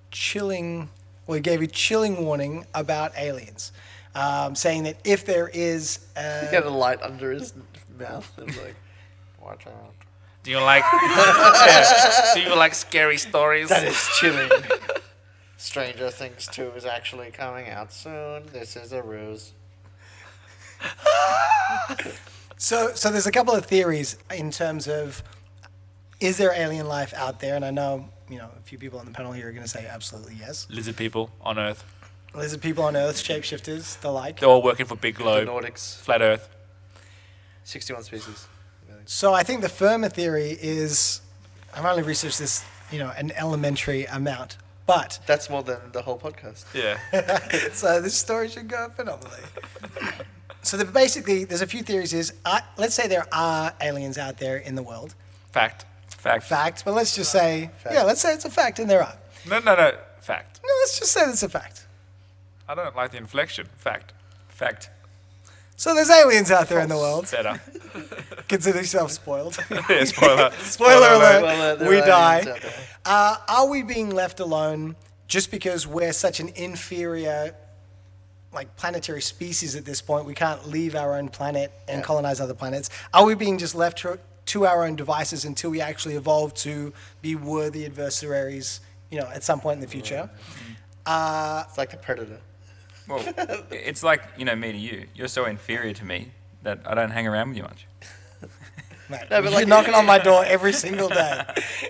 Speaker 1: chilling, well, he gave a chilling warning about aliens, um, saying that if there is. Uh,
Speaker 2: He had a light under his mouth and was like,
Speaker 5: Watch out.
Speaker 3: Do you like? Yeah. Do you like scary stories?
Speaker 5: That is chilling. Stranger Things 2 is actually coming out soon. This is a ruse.
Speaker 1: So, so there's a couple of theories in terms of is there alien life out there? And I know you know a few people on the panel here are going to say absolutely yes.
Speaker 3: Lizard people on Earth.
Speaker 1: Lizard people on Earth, shapeshifters, the like.
Speaker 3: They're all working for Big
Speaker 2: the
Speaker 3: Globe,
Speaker 2: Nordics,
Speaker 3: Flat Earth.
Speaker 2: 61 species.
Speaker 1: So I think the firmer theory is I've only researched this you know an elementary amount, but
Speaker 2: That's more than the whole podcast.
Speaker 3: Yeah.
Speaker 1: so this story should go phenomenally. So the, basically, there's a few theories. Is uh, let's say there are aliens out there in the world,
Speaker 3: Fact.
Speaker 4: Fact.
Speaker 1: fact. But let's just say,
Speaker 2: Fact.
Speaker 1: yeah, let's say it's a fact, and there are.
Speaker 3: No, no, no. Fact.
Speaker 1: No, let's just say it's a fact.
Speaker 3: I don't like the inflection. Fact.
Speaker 4: Fact.
Speaker 1: So there's aliens out there in the world.
Speaker 3: Better.
Speaker 1: Consider yourself spoiled.
Speaker 3: yeah, spoiler.
Speaker 1: Spoiler alert,
Speaker 2: Well, uh, there
Speaker 1: we
Speaker 2: are
Speaker 1: die.
Speaker 2: aliens out there.
Speaker 1: Uh, are we being left alone just because we're such an inferior, like planetary species at this point? We can't leave our own planet and colonize other planets. Are we being just left to, to our own devices until we actually evolve to be worthy adversaries? You know, at some point in the future.
Speaker 2: It's like the Predator.
Speaker 4: Well, it's like, you know, me to you. You're so inferior to me that I don't hang around with you much.
Speaker 1: Mate,
Speaker 2: No, but
Speaker 1: you're
Speaker 2: like-
Speaker 1: knocking on my door every single day.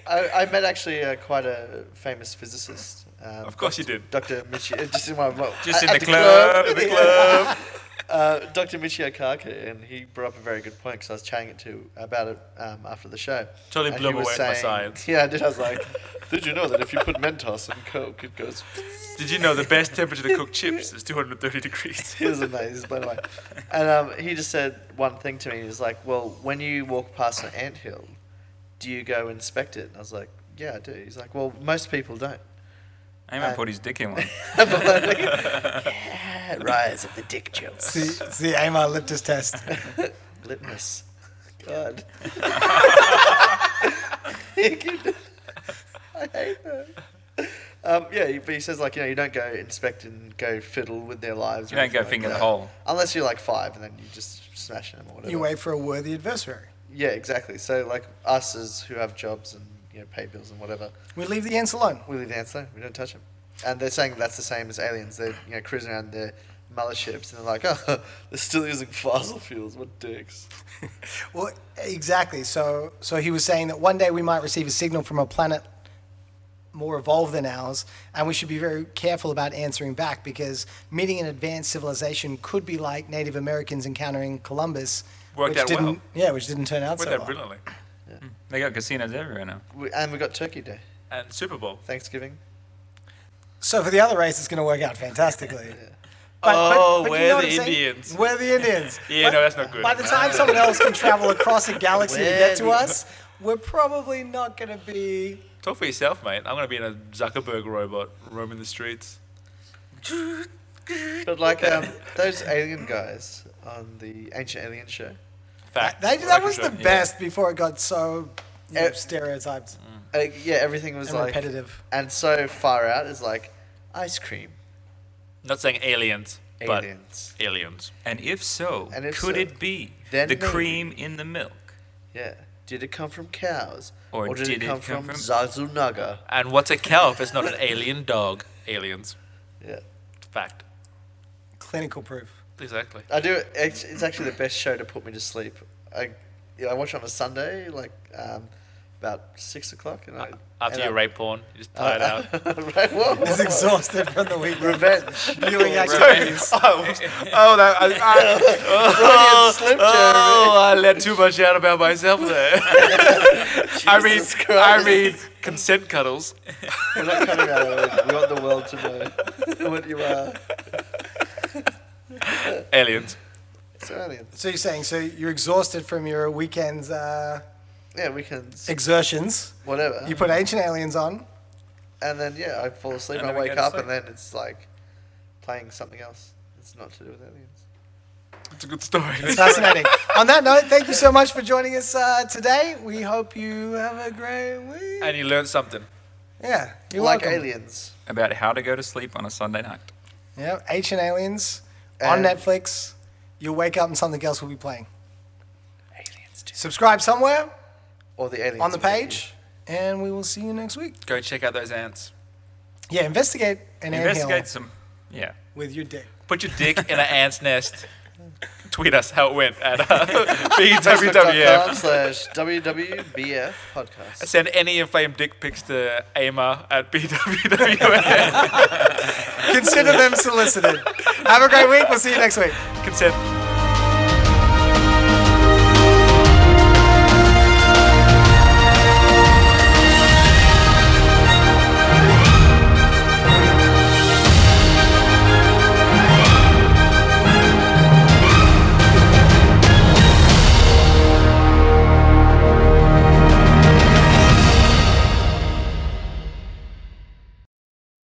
Speaker 2: I, I met actually uh, quite a famous physicist. Um,
Speaker 3: Of course you did.
Speaker 2: Dr. Michi, uh, just in my, my at-
Speaker 4: Just in
Speaker 2: at
Speaker 4: the club,
Speaker 2: club.
Speaker 4: the club.
Speaker 2: uh, Dr. Michio Kaku, and he brought up a very good point because I was chatting it to about it um, after the show.
Speaker 3: Totally
Speaker 2: And
Speaker 3: blew
Speaker 2: he
Speaker 3: me
Speaker 2: was
Speaker 3: away with my science.
Speaker 2: Yeah, I did. I was like, did you know that if you put Mentos in Coke, it goes.
Speaker 3: Did you know the best temperature to cook chips is 230 degrees?
Speaker 2: He was amazing, by the way. And um, he just said one thing to me. He was like, well, when you walk past an anthill, do you go inspect it? And I was like, yeah, I do. He's like, well, most people don't.
Speaker 4: Eamon
Speaker 2: Uh,
Speaker 4: put his dick in one.
Speaker 2: Yeah, rise of the dick jokes.
Speaker 1: See, see, Amar Liptus test.
Speaker 2: Litmus. God. I hate that. Um, yeah, he- but he says like you know you don't go inspect and go fiddle with their lives. or
Speaker 4: You don't go
Speaker 2: anything like
Speaker 4: finger the
Speaker 2: that.
Speaker 4: hole.
Speaker 2: unless you're like five and then you just smash them or whatever.
Speaker 1: You wait for a worthy adversary.
Speaker 2: Yeah, exactly. So like us as who have jobs and you know pay bills and whatever,
Speaker 1: We leave the ants alone.
Speaker 2: we leave the answer. We don't touch them. And they're saying that's the same as aliens. They're you know cruising around. They're mallet ships, and they're like, oh, they're still using fossil fuels. What dicks.
Speaker 1: Well, exactly. So, so he was saying that one day we might receive a signal from a planet more evolved than ours, and we should be very careful about answering back because meeting an advanced civilization could be like Native Americans encountering Columbus.
Speaker 3: Worked
Speaker 1: which
Speaker 3: out well.
Speaker 1: didn't, Yeah, which didn't turn out
Speaker 3: With
Speaker 1: so
Speaker 3: that
Speaker 1: well.
Speaker 3: brilliantly.
Speaker 4: They got casinos everywhere now.
Speaker 2: We, and we got Turkey Day,
Speaker 3: And Super Bowl.
Speaker 2: Thanksgiving.
Speaker 1: So for the other race, it's going to work out fantastically.
Speaker 3: Oh, we're
Speaker 1: what
Speaker 3: the
Speaker 1: I'm saying?
Speaker 3: Indians.
Speaker 1: eh? We're the Indians.
Speaker 3: Yeah,
Speaker 1: By-
Speaker 3: no, that's not good.
Speaker 1: By the time someone else can travel across a galaxy to get to
Speaker 2: We're the-
Speaker 1: us, we're probably not going to be.
Speaker 3: Talk for yourself, mate. I'm going to be in a Zuckerberg robot roaming the streets.
Speaker 2: But like um, those alien guys on the Ancient Alien show,
Speaker 3: Fact.
Speaker 1: That, that
Speaker 3: Record
Speaker 1: was the
Speaker 3: shop, yeah.
Speaker 1: best before it got so you know,
Speaker 2: Eh,
Speaker 1: stereotyped
Speaker 2: uh, yeah, everything was
Speaker 1: and
Speaker 2: like
Speaker 1: repetitive.
Speaker 2: and so far out is like ice cream,
Speaker 3: Not saying aliens,
Speaker 2: aliens.
Speaker 3: but aliens.
Speaker 4: And if so,
Speaker 2: And if
Speaker 4: could
Speaker 2: so,
Speaker 4: it be
Speaker 2: then
Speaker 4: the
Speaker 2: maybe.
Speaker 4: cream in the milk?
Speaker 2: yeah, did it come from cows
Speaker 4: Or
Speaker 2: did, it come, from,
Speaker 4: from-
Speaker 2: Zazunaga?
Speaker 3: And what's a cow if it's not an alien dog? Aliens.
Speaker 2: Yeah,
Speaker 3: Fact.
Speaker 1: Clinical proof.
Speaker 3: Exactly.
Speaker 2: I do. It's, it's actually the best show to put me to sleep. I yeah, I watch it on a Sunday, like um, about six o'clock, and I and
Speaker 3: After
Speaker 2: I- Uh,
Speaker 3: you rape porn, you just tie it out.
Speaker 2: right, whoa,
Speaker 1: He's
Speaker 2: whoa.
Speaker 1: exhausted from the week.
Speaker 2: Revenge.
Speaker 1: Viewing activities.
Speaker 3: oh, oh, that, I, I, oh,
Speaker 2: slip,
Speaker 3: oh, I let too much out about myself there. I mean,
Speaker 2: Jesus
Speaker 3: I
Speaker 2: Christ.
Speaker 3: mean, consent cuddles.
Speaker 2: We're not coming out of it. We want the world to know what you are.
Speaker 3: Aliens.
Speaker 2: It's aliens.
Speaker 1: So you're saying, so you're exhausted from your weekend's uh,
Speaker 2: Yeah, we can s-
Speaker 1: exertions.
Speaker 2: whatever.
Speaker 1: You put Ancient Aliens on.
Speaker 2: and then yeah, I fall asleep.
Speaker 4: And
Speaker 2: I
Speaker 4: then we
Speaker 2: wake
Speaker 4: go to
Speaker 2: up,
Speaker 4: sleep.
Speaker 2: and then it's like playing something else. It's not to do with aliens.
Speaker 3: It's a good story.
Speaker 1: It's fascinating. On that note, thank you so much for joining us uh, today. We hope you have a great week.
Speaker 3: and you learn something.
Speaker 1: Yeah, you're
Speaker 2: like
Speaker 1: welcome.
Speaker 2: aliens.
Speaker 4: About how to go to sleep on a Sunday night.
Speaker 1: Yeah, Ancient Aliens on
Speaker 2: And-
Speaker 1: Netflix. You'll wake up and something else will be playing. Subscribe somewhere
Speaker 2: Or the aliens.
Speaker 1: on the
Speaker 2: will get
Speaker 1: page, and we will see you next week.
Speaker 3: Go check out those ants.
Speaker 1: Yeah, investigate an
Speaker 4: Investigate
Speaker 1: anthill
Speaker 4: some. Yeah.
Speaker 1: with your dick.
Speaker 3: Put your dick in an ant's nest. Tweet us how it went at uh, BWWF.
Speaker 2: slash WWBF podcast.
Speaker 3: Send any inflamed dick pics to Ama at BWWF.
Speaker 1: Consider them solicited. Have a great week. We'll see you next week.
Speaker 3: Consent.